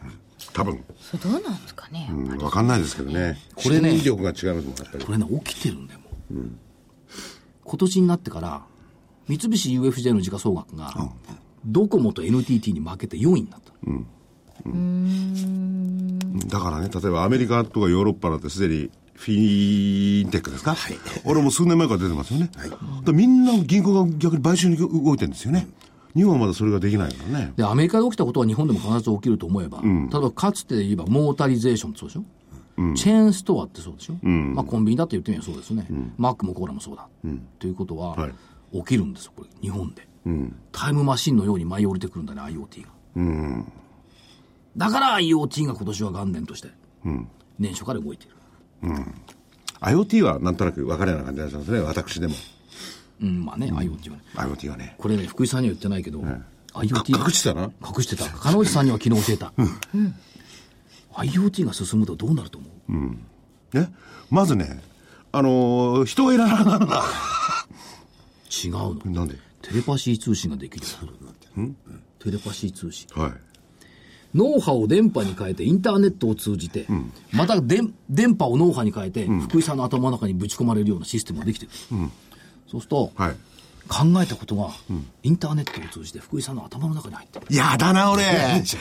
Speaker 4: 多分。
Speaker 5: それどうなんですかね、
Speaker 4: うん、わかんないですけどね。
Speaker 1: これね
Speaker 4: 信任力が違いますもん、やっぱり
Speaker 1: こ。れね起きてるんだよもう、今年になってから三菱 UFJ の時価総額が、ドコモと NTT に負けて4位になった、
Speaker 4: だからね、例えばアメリカとかヨーロッパなんてすでにフィンテックですか、俺も数年前から出てますよね。だからみんな銀行が逆に買収に動いてるんですよね。日本はまだそれができないからね。
Speaker 1: で、アメリカで起きたことは日本でも必ず起きると思えば、例えばかつて言えばモータリゼーションってそうでしょ、チェーンストアってそうでしょ、まあコンビニだって言ってみればそうですね、マックもコーラもそうだ、ということは、
Speaker 4: はい
Speaker 1: 起きるんですよ、これ、日本で、タイムマシンのように舞い降りてくるんだね、IoT が。だから IoT が今年は元年として、年初から動いている。
Speaker 4: IoT はなんとなく分かるような感じがしますね、私でも。
Speaker 1: うん、まあね、IoT はね。
Speaker 4: IoT はね。
Speaker 1: これね、福井さんには言ってないけど、
Speaker 4: か
Speaker 1: IoT
Speaker 4: 隠してたな。
Speaker 1: 隠してた金内さんには昨日教えた、IoT が進むとどうなると思う、
Speaker 4: ね。まずね、あのー人がいらなくなるんだ。
Speaker 1: 違うの
Speaker 4: なんで
Speaker 1: テレパシー通信ができるようになるテレパシー通信
Speaker 4: はい。
Speaker 1: 脳波を電波に変えてインターネットを通じて、また電電波を脳波に変えて、福井さんの頭の中にぶち込まれるようなシステムができてる、そうすると、
Speaker 4: はい。
Speaker 1: 考えたことが、インターネットを通じて福井さんの頭の中に入ってる
Speaker 4: やだな、俺。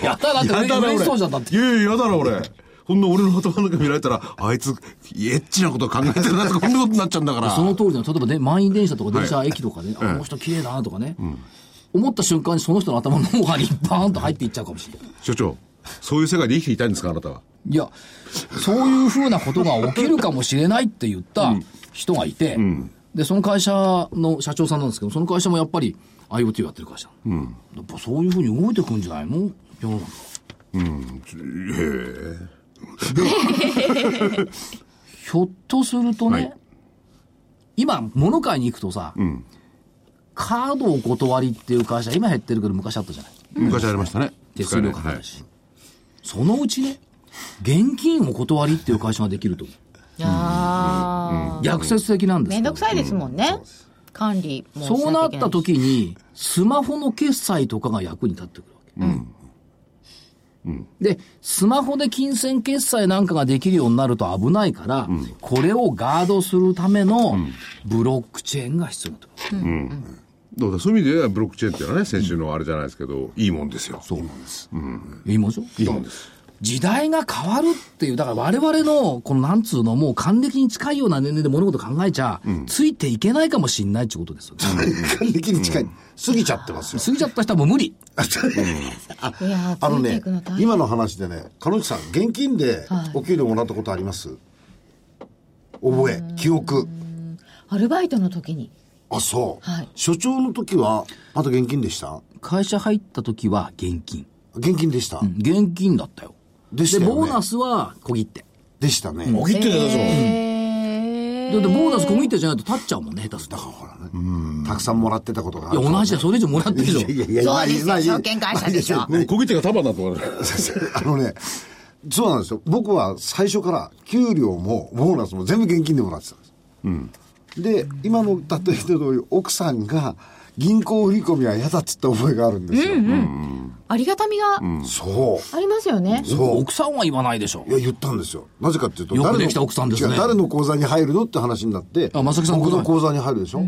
Speaker 1: やだなって
Speaker 4: やだな
Speaker 1: 嬉しそうじゃんだっ
Speaker 4: 俺。
Speaker 1: て
Speaker 4: いやいや、やだな、俺。こんな俺の頭の中見られたら、あいつ、エッチなこと考えてるなとか、こんなことになっちゃうんだから。
Speaker 1: その通りの例えばね満員電車とか電車
Speaker 4: はい
Speaker 1: 駅とかね、
Speaker 4: ええ
Speaker 1: あこの人綺麗だなとかね、思った瞬間にその人の頭の脳波にバーンと入っていっちゃうかもしれない
Speaker 4: 所長、そういう世界で生きていたいんですか、あなたは。
Speaker 1: いや、そういうふうなことが起きるかもしれないって言った人がいて、で、その会社の社長さんなんですけど、その会社もやっぱり IoT をやってる会社。やっぱそういうふうに動いてくんじゃないの世の中ひょっとするとね、
Speaker 4: はい
Speaker 1: 今、物買いに行くとさ、カードお断りっていう会社、今減ってるけど昔あったじゃない。
Speaker 4: 昔ありましたね。
Speaker 1: 手数料かかるし、そのうちね現金お断りっていう会社ができると思う
Speaker 5: いやー
Speaker 1: 逆説的なんです
Speaker 5: めん
Speaker 1: け
Speaker 5: ど
Speaker 1: ど
Speaker 5: くさいですもんね、管理もしきゃいけ
Speaker 1: そうなっ
Speaker 5: いした
Speaker 1: 時にスマホの決済とかが役に立ってくるわけ、でスマホで金銭決済なんかができるようになると危ないから、これをガードするためのブロックチェーンが必要だと思う
Speaker 4: どうだそういう意味ではブロックチェーンっていうのはね、先週のあれじゃないですけど、いいもんですよ。そう。
Speaker 1: いいもんでしょ
Speaker 4: いいもんです。
Speaker 1: 時代が変わるっていう、だから我々の、このなんつうの、もう還暦に近いような年齢で物事考えちゃ、ついていけないかもしんないってことですよね。
Speaker 3: 還暦に近い。過ぎちゃってますよ。
Speaker 1: 過ぎちゃった人はもう無理。
Speaker 5: いやー
Speaker 3: あの
Speaker 5: ついてい
Speaker 3: ね
Speaker 5: くの大、変
Speaker 3: 今の話でね、彼女さん、現金で
Speaker 5: はい
Speaker 3: お給料もらったことあります覚え、記憶。
Speaker 5: アルバイトの時に
Speaker 3: あ、そう
Speaker 5: はい。
Speaker 3: 所長の時は、また現金でした
Speaker 1: 会社入った時は現金。
Speaker 3: 現金でした。
Speaker 1: 現金だったよ。
Speaker 3: でしたよね
Speaker 1: ボーナスは小切手。
Speaker 3: でしたね。
Speaker 4: 起きてたでし
Speaker 5: え
Speaker 1: だってボーナス小切手じゃないと立っちゃうもんね、下手すると。
Speaker 3: ほらね。たくさんもらってたことがあ
Speaker 1: い
Speaker 3: る
Speaker 1: や、同じだ、それ以上もらってるでしょ。
Speaker 3: いやいやいや
Speaker 5: そうですよ
Speaker 3: まあいい
Speaker 5: 証券会社でしょ
Speaker 3: まあ いい
Speaker 4: ょ。小切手が束だと思う。
Speaker 3: すよあのね、そうなんですよ。僕は最初から給料もボーナスも全部現金でもらってたんです。で、今の例えた通り、奥さんが銀行振り込みは嫌だっつった覚えがあるんですよ。
Speaker 2: ありがたみがあ
Speaker 3: そう。
Speaker 2: りますよね。
Speaker 3: そう。
Speaker 1: 奥さんは言わないでしょ
Speaker 3: いや、言ったんですよ。なぜかっていうと、
Speaker 1: よくでき
Speaker 3: の
Speaker 1: た奥さんですね
Speaker 3: 違う誰の口座に入るのって話になって、
Speaker 1: あ正木さんの
Speaker 3: 僕
Speaker 1: 口座
Speaker 3: の口座に入るでしょ、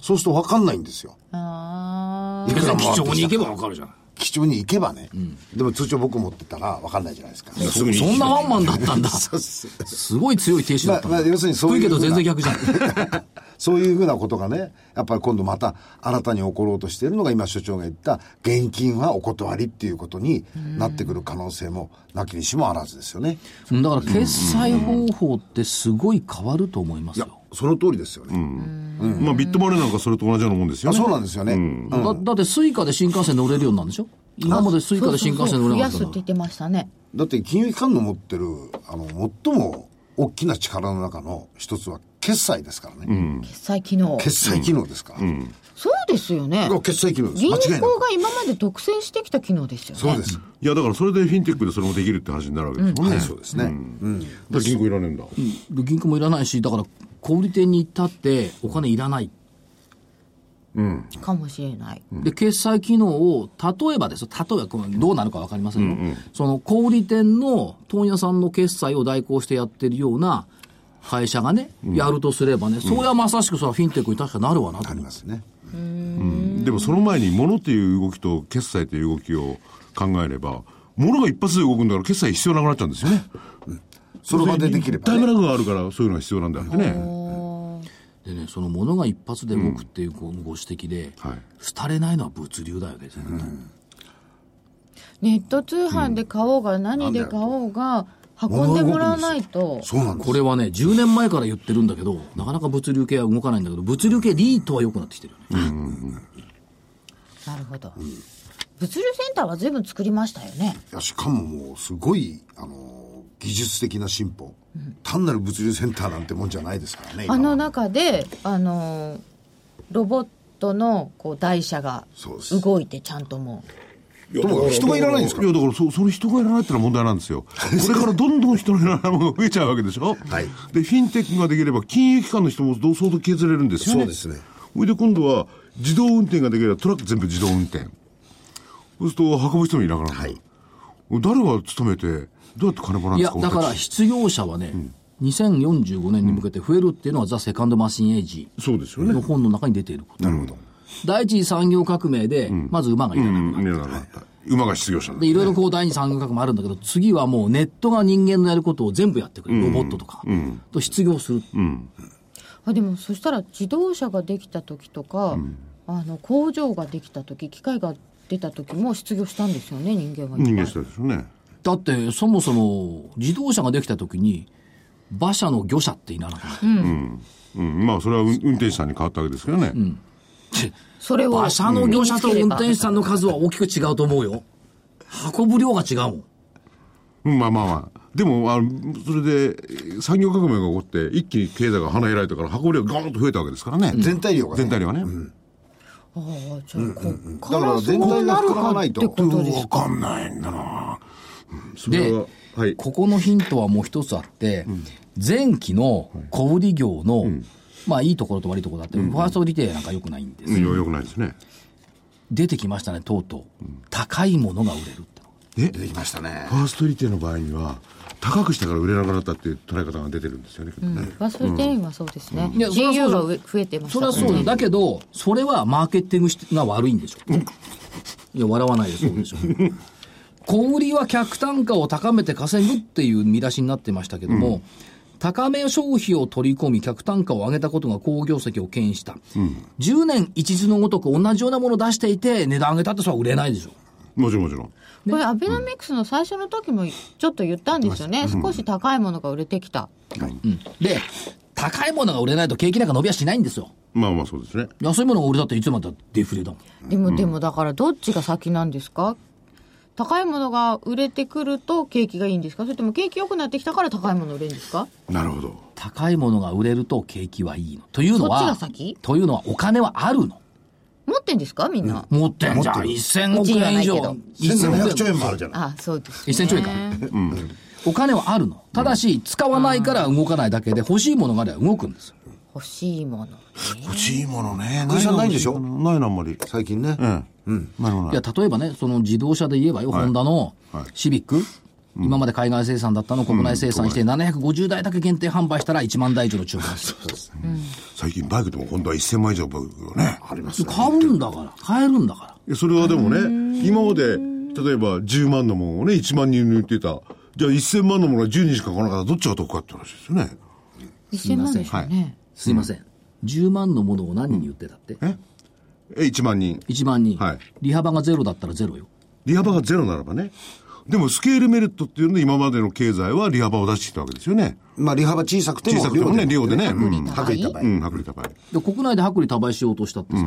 Speaker 3: そうすると分かんないんですよ。
Speaker 2: あ
Speaker 3: いくら
Speaker 1: 貴
Speaker 3: 回ってきた
Speaker 1: 重に行けばわかるじゃん
Speaker 3: 基調に行けばね、でも通帳僕持ってたら分かんないじゃないですか。
Speaker 1: そんなワンマンだったんだすごい強い停止だったんだ、
Speaker 3: まあまあ要するにそういう
Speaker 1: 低いけど全然
Speaker 3: ふ
Speaker 1: 逆じゃん
Speaker 3: そういうふうなことがね、やっぱり今度また新たに起ころうとしているのが今所長が言った、現金はお断りっていうことになってくる可能性もなきにしもあらずですよね。
Speaker 1: だから決済方法ってすごい変わると思いますよ、
Speaker 3: その通りですよね。
Speaker 4: まあ、ビットマネーなんかそれと同じようなもんですよ
Speaker 3: あ
Speaker 4: ね。
Speaker 3: そうなんですよね。うん
Speaker 1: だだってスイカで新幹線乗れるようになるんでしょ今までスイカで新幹線乗
Speaker 2: 増
Speaker 1: れなか
Speaker 2: や
Speaker 1: ったん
Speaker 2: すっ
Speaker 1: だ
Speaker 2: て言ってましたね。
Speaker 3: だって金融機関の持ってる、あの、最も大きな力の中の一つは決済ですからね。
Speaker 2: 決済機能。
Speaker 3: 決済機能ですから。
Speaker 2: そうですよね
Speaker 3: だか。ら決済機能です。
Speaker 2: 銀
Speaker 3: 間違いな
Speaker 2: 行
Speaker 3: く。
Speaker 2: が今まで独占してきた機能ですよね。
Speaker 3: そうです。
Speaker 4: いや、だからそれでフィンテックでそれもできるって話になるわけですもんね。
Speaker 3: はい、そうですね。うん
Speaker 4: だから銀行いらねえんだ。
Speaker 1: 銀行もいらないしだから小売店に行ったってお金いらない、
Speaker 2: かもしれない。
Speaker 1: で決済機能を例えばですよ例えばこのどうなるか分かりませんよ、その小売店の問屋さんの決済を代行してやってるような会社がね、やるとすればね、それはまさしくそれはフィンテックに確かなるわなと
Speaker 3: ありますね。
Speaker 4: でもその前に物っていう動きと決済という動きを考えれば、物が一発で動くんだから決済必要なくなっちゃうんですよね。
Speaker 3: その場でできれば、
Speaker 4: タイム
Speaker 3: ね。
Speaker 4: ラグがあるからそういうのが必要なんだよね。
Speaker 1: でね、そのものが一発で動くっていうごご指摘で、
Speaker 4: はい
Speaker 1: 廃れないのは物流だよね、絶対
Speaker 2: ネット通販で買おうが何で買おうが運んでもらわないと。
Speaker 3: そうなんです
Speaker 1: これはね、10年前から言ってるんだけど、なかなか物流系は動かないんだけど、物流系リートは良くなってきてるよね。
Speaker 2: なるほど。物流センターは随分作りましたよね。
Speaker 3: いやしかももうすごい、あのー技術的な進歩、単なる物流センターなんてもんじゃないですからね
Speaker 2: あ
Speaker 3: 今は
Speaker 2: の中で、あのーロボットのこう台車が
Speaker 3: そうです
Speaker 2: 動いてちゃんともう
Speaker 4: で
Speaker 3: も人がいらないんですから
Speaker 4: いや、だからそ、その人がいらないってのは問題なんですよ。これからどんどん人のいらないものが増えちゃうわけでしょ
Speaker 3: はい
Speaker 4: で、フィンテックができれば金融機関の人も同相当削れるんですよね。
Speaker 3: そうですね。
Speaker 4: ほいで今度は自動運転ができればトラック全部自動運転。そうすると運ぶ人もいなくなる。誰が勤めて、どうやって金払うん
Speaker 1: い
Speaker 4: で
Speaker 1: や
Speaker 4: すか、
Speaker 1: だか
Speaker 4: 俺
Speaker 1: ら
Speaker 4: たち
Speaker 1: 失業者はね、2045年に向けて増えるっていうのは、ザ・セカンド・マシン・エイジ
Speaker 4: そうですよね。
Speaker 1: の本の中に出ていること。なるほど。第一次産業革命で、まず馬がいらない。
Speaker 4: うん、いなくなった。馬が失業者にな
Speaker 1: で、
Speaker 4: っ
Speaker 1: いろいろこう第二次産業革命もあるんだけど、次はもうネットが人間のやることを全部やってくれる。ロボットとか。と失業する。
Speaker 2: あでもそしたら自動車ができた時とか、あの工場ができた時機械が出た時も失業したんですよね人間がいっぱ
Speaker 4: た。
Speaker 2: い
Speaker 4: 人間したでしょうね。
Speaker 1: だって、そもそも自動車ができた時に、馬車の魚車っていらなくなった
Speaker 4: うん、まあそれは運運転手さんに変わったわけですけどね。
Speaker 2: それを
Speaker 1: 馬車の業者と運転手さんの数は大きく違うと思うよ。運ぶ量が違うもん。
Speaker 4: うん、まあまあまあ。でも、あの、それで、産業革命が起こって、一気に経済が花開いたから、運ぶ量がガーンと増えたわけですからね。
Speaker 3: 全体量がね
Speaker 4: 全体量はね。
Speaker 2: ああじゃあこっか
Speaker 3: だから
Speaker 2: そ
Speaker 3: ら
Speaker 2: う
Speaker 3: 全体が
Speaker 2: なる
Speaker 3: 膨
Speaker 2: か
Speaker 3: らまな
Speaker 2: っ
Speaker 3: い
Speaker 2: て
Speaker 3: と
Speaker 2: ことですか
Speaker 4: かんないんだなうんそれ
Speaker 1: で
Speaker 4: は、はい。
Speaker 1: ここのヒントはもう一つあって、前期の小売業の、まあいいところと悪いところだって、ファーストリテイなんか良くないんです。
Speaker 4: うんよよくないですね。
Speaker 1: 出てきましたね、とうとう。高いものが売れるってのが
Speaker 4: え、
Speaker 3: 出てきましたね
Speaker 4: ファーストリテイの場合には、高くしたから売れなくなったっていう捉え方が出てるんですよね。
Speaker 2: うんファーストリテイリングはそうですね、
Speaker 1: いやそれはそう
Speaker 2: GU が増えてまし
Speaker 1: そ
Speaker 2: た
Speaker 1: れ
Speaker 2: から
Speaker 1: はそうだ。だけど、それはマーケティングしてが悪いんでしょ。いや、笑わないでそうでしょ。小売りは客単価を高めて稼ぐっていう見出しになってましたけども、高め消費を取り込み、客単価を上げたことが好業績を牽引した。10年一途のごとく同じようなものを出していて、値段上げたってそれは売れないでしょ。
Speaker 4: もちろんもちろん。
Speaker 2: これアベノミクスの最初の時もちょっと言ったんですよね、少し高いものが売れてきた、
Speaker 1: うんで、高いものが売れないと景気なんか伸びはしないんですよ。
Speaker 4: まあまあそうですね。
Speaker 1: 安いものが売れたっていつまでもデフレだもん。
Speaker 2: でもでもだからどっちが先なんですか高いものが売れてくると景気がいいんですかそれとも景気良くなってきたから高いもの売れるんですか
Speaker 4: なるほど。
Speaker 1: 高いものが売れると景気はいいの。というの
Speaker 2: そっ
Speaker 1: は
Speaker 2: ちが先、
Speaker 1: というのはお金はあるの。
Speaker 2: 持ってんですかみんな、
Speaker 1: 持ってんじゃん。
Speaker 3: 持ってる
Speaker 1: 1000億円以上
Speaker 2: うちにはない。
Speaker 3: 1700兆円
Speaker 1: も。
Speaker 3: もあるじゃない
Speaker 2: あそうです、ね、
Speaker 1: 1000兆円か。お金はあるの。ただし、使わないから動かないだけで、欲しいものがあれば動くんですよ。
Speaker 5: 欲しいもの。
Speaker 4: 欲しいものね。
Speaker 3: 福井さんないんでしょ
Speaker 4: ないな、あんまり。
Speaker 3: 最近ね。
Speaker 4: ええ。ないもん
Speaker 1: い
Speaker 4: な
Speaker 1: や、
Speaker 4: い。
Speaker 1: 例えばね、その自動車で言えばよ、ホンダのシビック、今まで海外生産だったのを国内生産して、750台だけ限定販売したら1万台以上の注文です。
Speaker 4: 最近バイクでも今度は1000万以上僕ね。
Speaker 3: ありますよ
Speaker 1: 買うんだから、買えるんだから。
Speaker 4: いやそれはでもね、今まで、例えば10万のものをね、1万人に売ってた。じゃあ1000万のものは10人しか買わなかったらどっちが得かって話ですよね。
Speaker 5: 1000万でしょうね。
Speaker 1: すいません。10万のものを何人に売ってたって、
Speaker 4: ええ、1万人。
Speaker 1: 1万人、
Speaker 4: はい
Speaker 1: 利幅がゼロだったらゼロよ。
Speaker 4: 利幅がゼロならばね。でもスケールメリットっていうので今までの経済は利幅を出してきたわけですよね。
Speaker 3: まあ、利幅小さくても。
Speaker 4: 小さくてもね、量でね。う
Speaker 5: 量
Speaker 4: ん。
Speaker 5: で
Speaker 3: 薄利多
Speaker 4: う
Speaker 3: 売。
Speaker 4: ん、薄利多売。
Speaker 1: で、国内で薄利多売しようとしたってさ、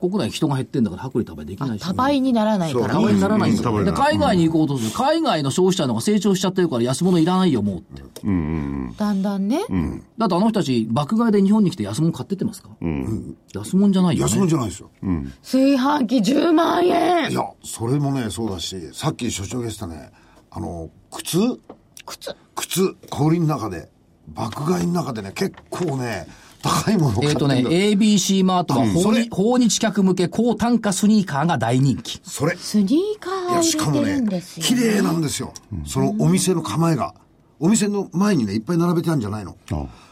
Speaker 1: 国内人が減ってんだから薄利多売できないし。
Speaker 5: 多倍にならないから
Speaker 1: 多。倍にならないんだ
Speaker 4: う
Speaker 1: よ
Speaker 4: ん多倍
Speaker 1: で、
Speaker 4: にならない
Speaker 1: 海外に行こうとする。海外の消費者の方が成長しちゃってるから安物いらないよ、もうって。
Speaker 5: だんだんね。
Speaker 1: だってあの人たち、爆買いで日本に来て安物買ってってますか、安物じゃないよ、ね。
Speaker 3: 安物じゃないですよ。
Speaker 5: 炊飯器10万円
Speaker 3: いや、それもね、そうだし、さっき所長が言ってたね、あの、靴
Speaker 5: 靴
Speaker 3: 靴、氷の中で、爆買いの中でね、結構ね、高いものを
Speaker 1: え
Speaker 3: 買っ
Speaker 1: ー、
Speaker 3: て
Speaker 1: と
Speaker 3: んだ
Speaker 1: ね、ABC マートは
Speaker 3: うん
Speaker 1: 訪
Speaker 3: そ
Speaker 1: 日
Speaker 3: れ
Speaker 1: 訪日客向け高単価スニーカーが大人気。
Speaker 3: それ。
Speaker 5: スニーカ
Speaker 3: いや、し
Speaker 5: ー
Speaker 3: か
Speaker 5: を入
Speaker 3: も
Speaker 5: れてる
Speaker 3: ね
Speaker 5: んです、よ。
Speaker 3: 綺麗なんですよ。そのお店の構えが。お店の前にね、いっぱい並べてあるんじゃないの。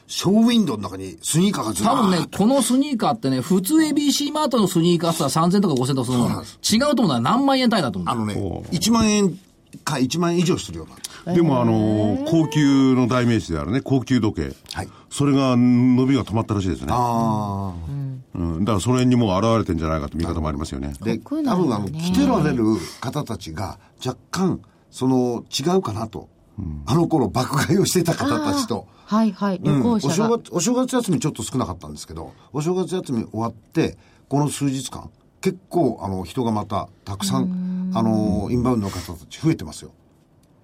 Speaker 3: ショーウィンドウの中にスニーカーがずら
Speaker 1: 多
Speaker 3: ーっ
Speaker 1: 分ね、このスニーカーってね、普通 ABC マートのスニーカーさ、3000とか5000とかするの
Speaker 3: そうなんです
Speaker 1: 違うと思うのは何万円単位だと思
Speaker 3: あ
Speaker 1: う。
Speaker 3: のね、1万円か1万円以上するような。
Speaker 4: でもあのー高級の代名詞であるね、高級時計。
Speaker 3: はい
Speaker 4: それが、伸びが止まったらしいですね。
Speaker 3: あ
Speaker 4: うん。だからその辺にもう現れてんじゃないかと見方もありますよね。
Speaker 3: あ。で、多
Speaker 5: 国内
Speaker 3: 分
Speaker 5: は
Speaker 3: あの、
Speaker 5: ね
Speaker 3: 来てられる方たちが若干、その、違うかなと。あの頃爆買いをしてた方たちと。
Speaker 5: あーはいはい、
Speaker 3: う
Speaker 5: 旅
Speaker 3: ん、お
Speaker 5: 行者
Speaker 3: 正
Speaker 5: が。
Speaker 3: 月、お正月休みちょっと少なかったんですけど、お正月休み終わって、この数日間、結構、あの、人がまた、たくさん、あの、インバウンドの方たち増えてますよ。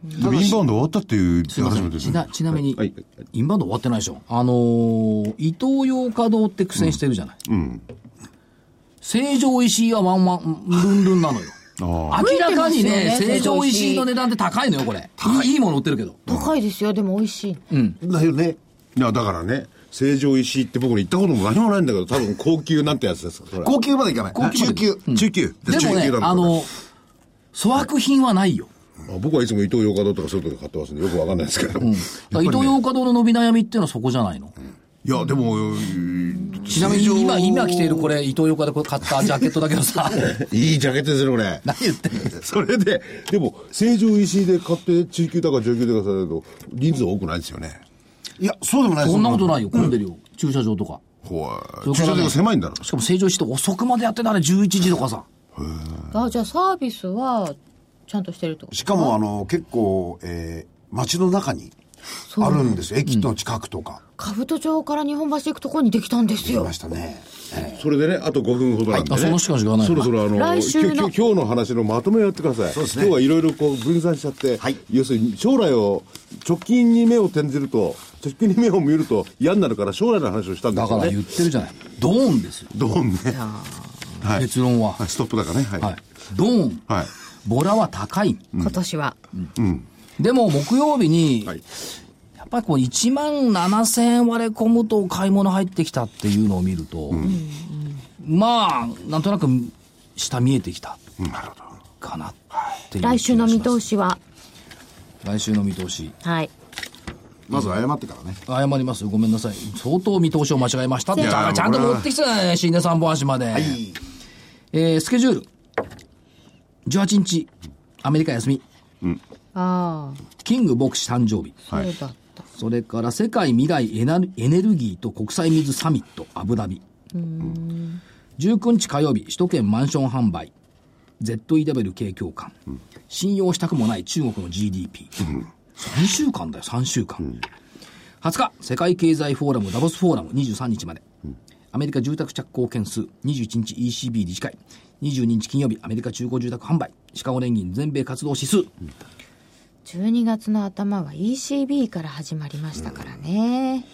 Speaker 4: でもインバウンド終わったっていう
Speaker 1: すいま
Speaker 4: 話
Speaker 1: せ
Speaker 4: も
Speaker 1: ん。
Speaker 4: 出て
Speaker 1: ち
Speaker 4: る
Speaker 1: な、ちなみに
Speaker 4: はいはいはい、
Speaker 1: インバウンド終わってないでしょ。あのー、伊東洋華堂って苦戦してるじゃない。成城石井はワンワン、ルンルンなのよ。
Speaker 4: あ
Speaker 1: 明らかに
Speaker 5: 増えて
Speaker 1: ね、
Speaker 5: ますよね
Speaker 1: 成城石井の値段って高いのよ、これ。いいいいもの売ってるけど。
Speaker 5: 高いですよ、でも美味しい。
Speaker 3: だよね。
Speaker 4: あ。いや、だからね、成城石井って僕に行ったことも何もないんだけど、多分高級なんてやつです。それ
Speaker 3: 高級までいかない。
Speaker 1: 高級ま
Speaker 3: 中
Speaker 1: で
Speaker 3: 級。
Speaker 4: 中級。
Speaker 1: でも
Speaker 4: 中
Speaker 1: ね
Speaker 4: 級だ、もん
Speaker 1: あの、粗悪品はないよ。
Speaker 4: あ僕はいつも伊藤洋華堂とかそういうとこで買ってますんで、よくわかんないですけど。やっ
Speaker 1: だから伊
Speaker 4: ぱり
Speaker 1: 東
Speaker 4: ね
Speaker 1: 洋華堂の伸び悩みっていうのはそこじゃないの。
Speaker 4: いや、でも、うん
Speaker 1: ちなみに今、今着ているこれ、伊東洋華堂で買ったジャケットだけど さ、
Speaker 4: いいジャケットですね、これ。
Speaker 1: 何言ってんの
Speaker 4: それで、でも、成城石井で買って、中級だか上級だかされると、人数多くないですよね。
Speaker 3: いや、そうでもないです。
Speaker 1: そんなことないいよ、混んでるよ。駐車場とか。
Speaker 4: ほわ
Speaker 1: それ
Speaker 4: 駐
Speaker 1: からね
Speaker 4: 車場が狭いんだろ。
Speaker 1: しかも成城石井って遅くまでやってたね、11時とかさ。
Speaker 5: あ、じゃあサービスは、ちゃんとしてるってこと
Speaker 3: しかも、あの、結構、えー、街の中に
Speaker 5: う
Speaker 3: あるんですよ。駅の近くとか。
Speaker 5: 兜町から日本橋行くところにできたんです
Speaker 3: あり
Speaker 5: よ
Speaker 3: ま。したね。
Speaker 4: それでね、あと5分ほどなんで、ね
Speaker 1: はいあその時間しかない
Speaker 4: そろそろあの、
Speaker 5: 来週の
Speaker 4: 今日今日の話のまとめをやってください。
Speaker 3: そうですね
Speaker 4: 今日はいろいろこう分散しちゃって、
Speaker 3: はい
Speaker 4: 要するに将来を直近に目を転じると、直近に目を見ると嫌になるから将来の話をしたんで
Speaker 1: だ
Speaker 4: す
Speaker 1: か
Speaker 4: よ
Speaker 1: ら
Speaker 4: ね。
Speaker 1: 言ってるじゃない。ドーンですよ。
Speaker 4: ドーンね。はい
Speaker 1: 結論は。
Speaker 4: はいストップだからね。はい。
Speaker 1: はい。ドーン。
Speaker 4: はい
Speaker 1: ボラは高い。
Speaker 5: 今年は。
Speaker 1: でも、木曜日に、
Speaker 4: はい
Speaker 1: やっぱりこう1万7000円割れ込むと買い物入ってきたっていうのを見ると、まあ、なんとなく下見えてきた
Speaker 4: なるほど。
Speaker 1: かなっていう
Speaker 5: 来週の見
Speaker 1: しま
Speaker 5: 通
Speaker 1: す。
Speaker 5: しは。
Speaker 1: 来週の見通し。
Speaker 5: はい。
Speaker 3: まず謝ってからね。
Speaker 1: 謝りますよ。ごめんなさい。相当見通しを間違えましたって。
Speaker 4: いや
Speaker 1: だからちゃんと持ってきてない新根三本足まで。えースケジュール。18日、アメリカ休み。
Speaker 5: ああ、
Speaker 1: キング牧師誕生日。
Speaker 5: そうだった。
Speaker 1: それから世界未来エナエネルギーと国際水サミットアブダビ。19日火曜日、首都圏マンション販売。ZEW 景況感。信用したくもない中国の GDP。3週間だよ、3週間。20日、世界経済フォーラムダボスフォーラム23日まで。アメリカ住宅着工件数21日 ECB 理事会。22日金曜日、アメリカ中古住宅販売。シカゴ連銀全米活動指数。
Speaker 5: 12月の頭は ECB から始まりましたからね。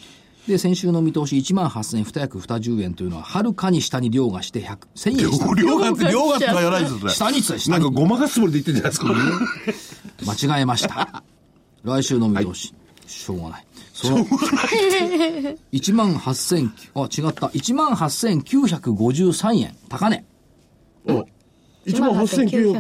Speaker 1: で、先週の見通し1万8200役20円というのは、はるかに下に量がして100、1000円下。
Speaker 4: 量が、量がとかやらないですよ、そ
Speaker 1: 下にって言って
Speaker 4: れ。
Speaker 1: た
Speaker 4: なん
Speaker 1: よ
Speaker 4: かごまかすつもりで言ってんじゃないですか。
Speaker 1: 下に間違えました。来週の見通し、しょうがない。その、1万8000、あ、違った。1万8953円。高値。
Speaker 4: 1万8950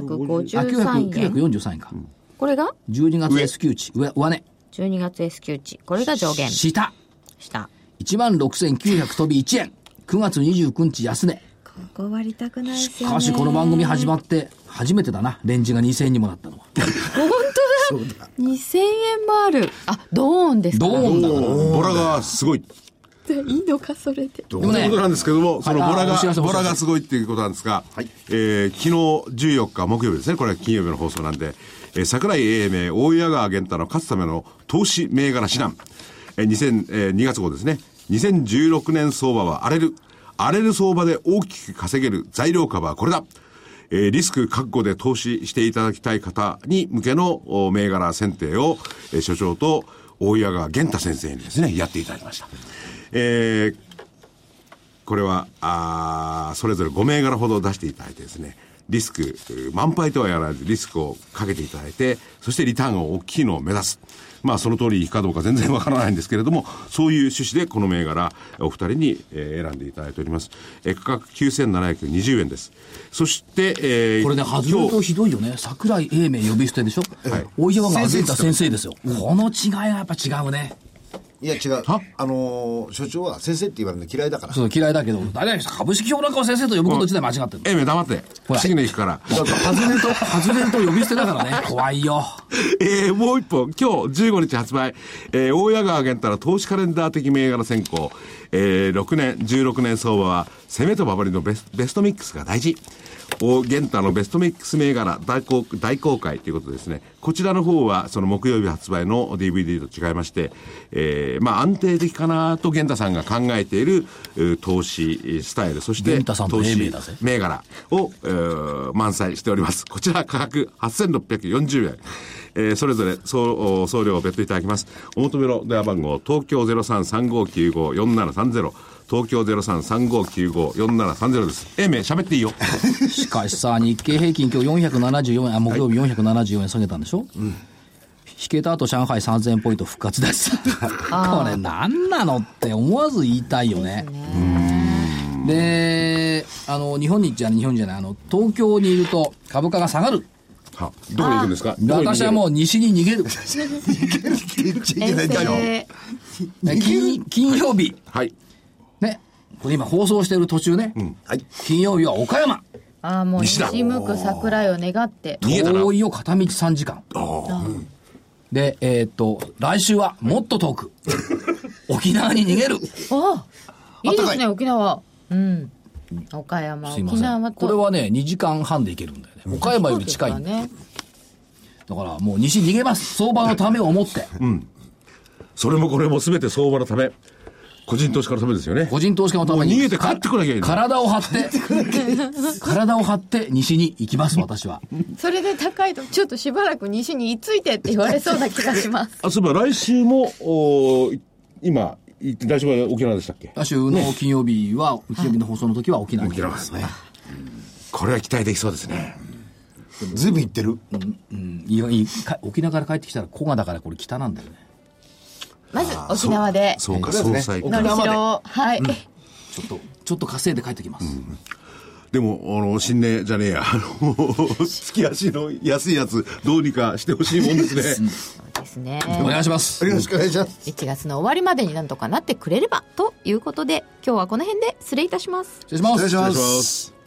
Speaker 1: あ、900
Speaker 2: 18,953円。
Speaker 1: 943円か。
Speaker 2: これが
Speaker 1: 12月 S q 値、上、上値。
Speaker 2: 12月 S q 値。これが上限。
Speaker 1: 下。
Speaker 2: 下。
Speaker 1: 1万6900飛び1円。9月29日安値。
Speaker 2: ここ割りたくないです
Speaker 1: しかしこの番組始まって、初めてだな。レンジが2000円にもなったの は。
Speaker 5: 2000円もある。あ、ドーンですか
Speaker 1: ド
Speaker 5: ら
Speaker 1: ーンだから。
Speaker 4: ボラがすごい。
Speaker 2: いいのか、それで。
Speaker 4: ということなんですけども、そのボラ
Speaker 1: あお知らせお
Speaker 4: が、
Speaker 1: 知
Speaker 4: ボ
Speaker 1: らせ
Speaker 4: ラがすごいっていうことなんですが、えー昨日14日木曜日ですね、これは金曜日の放送なんで、えー桜井英明、大岩川源太の勝つための投資銘柄指南、えー2000えー2月号ですね、2016年相場は荒れる。荒れる相場で大きく稼げる材料株はこれだ。えーリスク覚悟で投資していただきたい方に向けのお銘柄選定を、えー所長と大岩川源太先生にですね、やっていただきました。えーこれは、あーそれぞれ5銘柄ほど出していただいてですね、リスク、えー満杯とはやらずリスクをかけていただいて、そしてリターンが大きいのを目指す。まあ、その通りいくかどうか全然わからないんですけれども、そういう趣旨でこの銘柄、お二人に、えー選んでいただいております。えー価格9720円です。そして、えー
Speaker 1: これね、外れるとひどいよね。桜井英明呼び捨てでしょ
Speaker 4: い
Speaker 1: 大岩川源太先生ですよ。この違いがやっぱ違うね。
Speaker 3: いや違うあのー所長は先生って言われるの嫌いだから
Speaker 1: そう嫌いだけど、大体株式評論家を先生と呼ぶこと自体間違ってる。
Speaker 4: えー黙って、
Speaker 1: ほら
Speaker 4: 次の日から。
Speaker 1: だから外れると、外れると呼び捨てだからね。 怖いよ。
Speaker 4: えーもう一本、今日15日発売、えー大矢川源太の投資カレンダー的銘柄選考、えー6年、16年相場は、攻めとババりのベスベストミックスが大事。お源太のベストミックス銘柄大公大公開ということですね。こちらの方は、その木曜日発売の DVD と違いまして、えーまあ安定的かなと源太さんが考えている、えー投資スタイル、そして、
Speaker 1: 源太さんと
Speaker 4: 投資
Speaker 1: 英明だぜ
Speaker 4: 銘柄を、えー満載しております。こちら価格8640円。えーそれぞれ送お送料を別途いただきます。お求めの電話番号、東京0335954730。東京0335954730です。えめ、喋っていいよ。
Speaker 1: しかしさ、日経平均今日474円、あ、木曜日474円下げたんでしょ引けた後、上海3000ポイント復活です。これ何なのって思わず言いたいよね。で、あの、日本にじゃ、日本じゃない、あの、東京にいると株価が下がる。
Speaker 4: はどこに行くんですか
Speaker 1: 私はもう西に逃げる。
Speaker 3: 言っちゃいけ
Speaker 2: 遠
Speaker 3: ないんだよ
Speaker 2: 征
Speaker 1: ね金金曜日、
Speaker 4: う。はい。
Speaker 1: ね、これ今放送している途中ね、
Speaker 3: はい
Speaker 1: 金曜日は岡山、
Speaker 5: あーもう
Speaker 4: 西だ
Speaker 5: 西向く桜井を願って。
Speaker 4: 逃げたな
Speaker 1: 遠いよ片道3時間。で、えーっと、来週はもっと遠 く、沖縄に逃げる。
Speaker 5: あいいで
Speaker 3: 暖
Speaker 5: す
Speaker 3: かい
Speaker 5: ね、沖縄。うん。岡山、
Speaker 1: すいま
Speaker 5: 沖
Speaker 1: せ
Speaker 5: 縄
Speaker 1: ん。
Speaker 5: と。
Speaker 1: これはね、2時間半で行けるんだよね。岡山より近いん
Speaker 5: そう
Speaker 1: だ
Speaker 5: です
Speaker 1: よ
Speaker 5: よね。
Speaker 1: だからもう西逃げます。相場のためを思って。
Speaker 4: それもこれも全て相場のため。個人投資家のためですよね。
Speaker 1: 個人投資家のために。
Speaker 4: もう逃げて帰ってこなきゃいいの
Speaker 1: 体を張って、 体を張って西に行きます、私は。
Speaker 5: それで高いと、ちょっとしばらく西に居ついてって言われそうな気がします。
Speaker 4: あ、そういえば来週も、おー今、い来週は沖縄でしたっけ
Speaker 1: 来週の金曜日は、金曜日の放送の時は沖縄に行きます。
Speaker 4: すね。これは期待できそうですね。
Speaker 3: 随分言ってる
Speaker 1: うんいやいいか沖縄から帰ってきたら古賀だからこれ北なんだよね
Speaker 5: まず、沖縄で、
Speaker 4: そうか、
Speaker 3: そう
Speaker 4: 総
Speaker 3: ですね
Speaker 4: 裁。
Speaker 5: のりしろを、はい。
Speaker 1: ちょっとちょっと稼いで帰ってきます、
Speaker 4: でも、あの、新年じゃねえや、あの、月足の安いやつ、どうにかしてほしいもんですね。
Speaker 2: ですね。
Speaker 1: お願いします
Speaker 3: よろしくお願いします
Speaker 2: 1月の終わりまでになんとかなってくれればということで今日はこの辺で失礼いたします
Speaker 1: 失礼します
Speaker 3: お願いします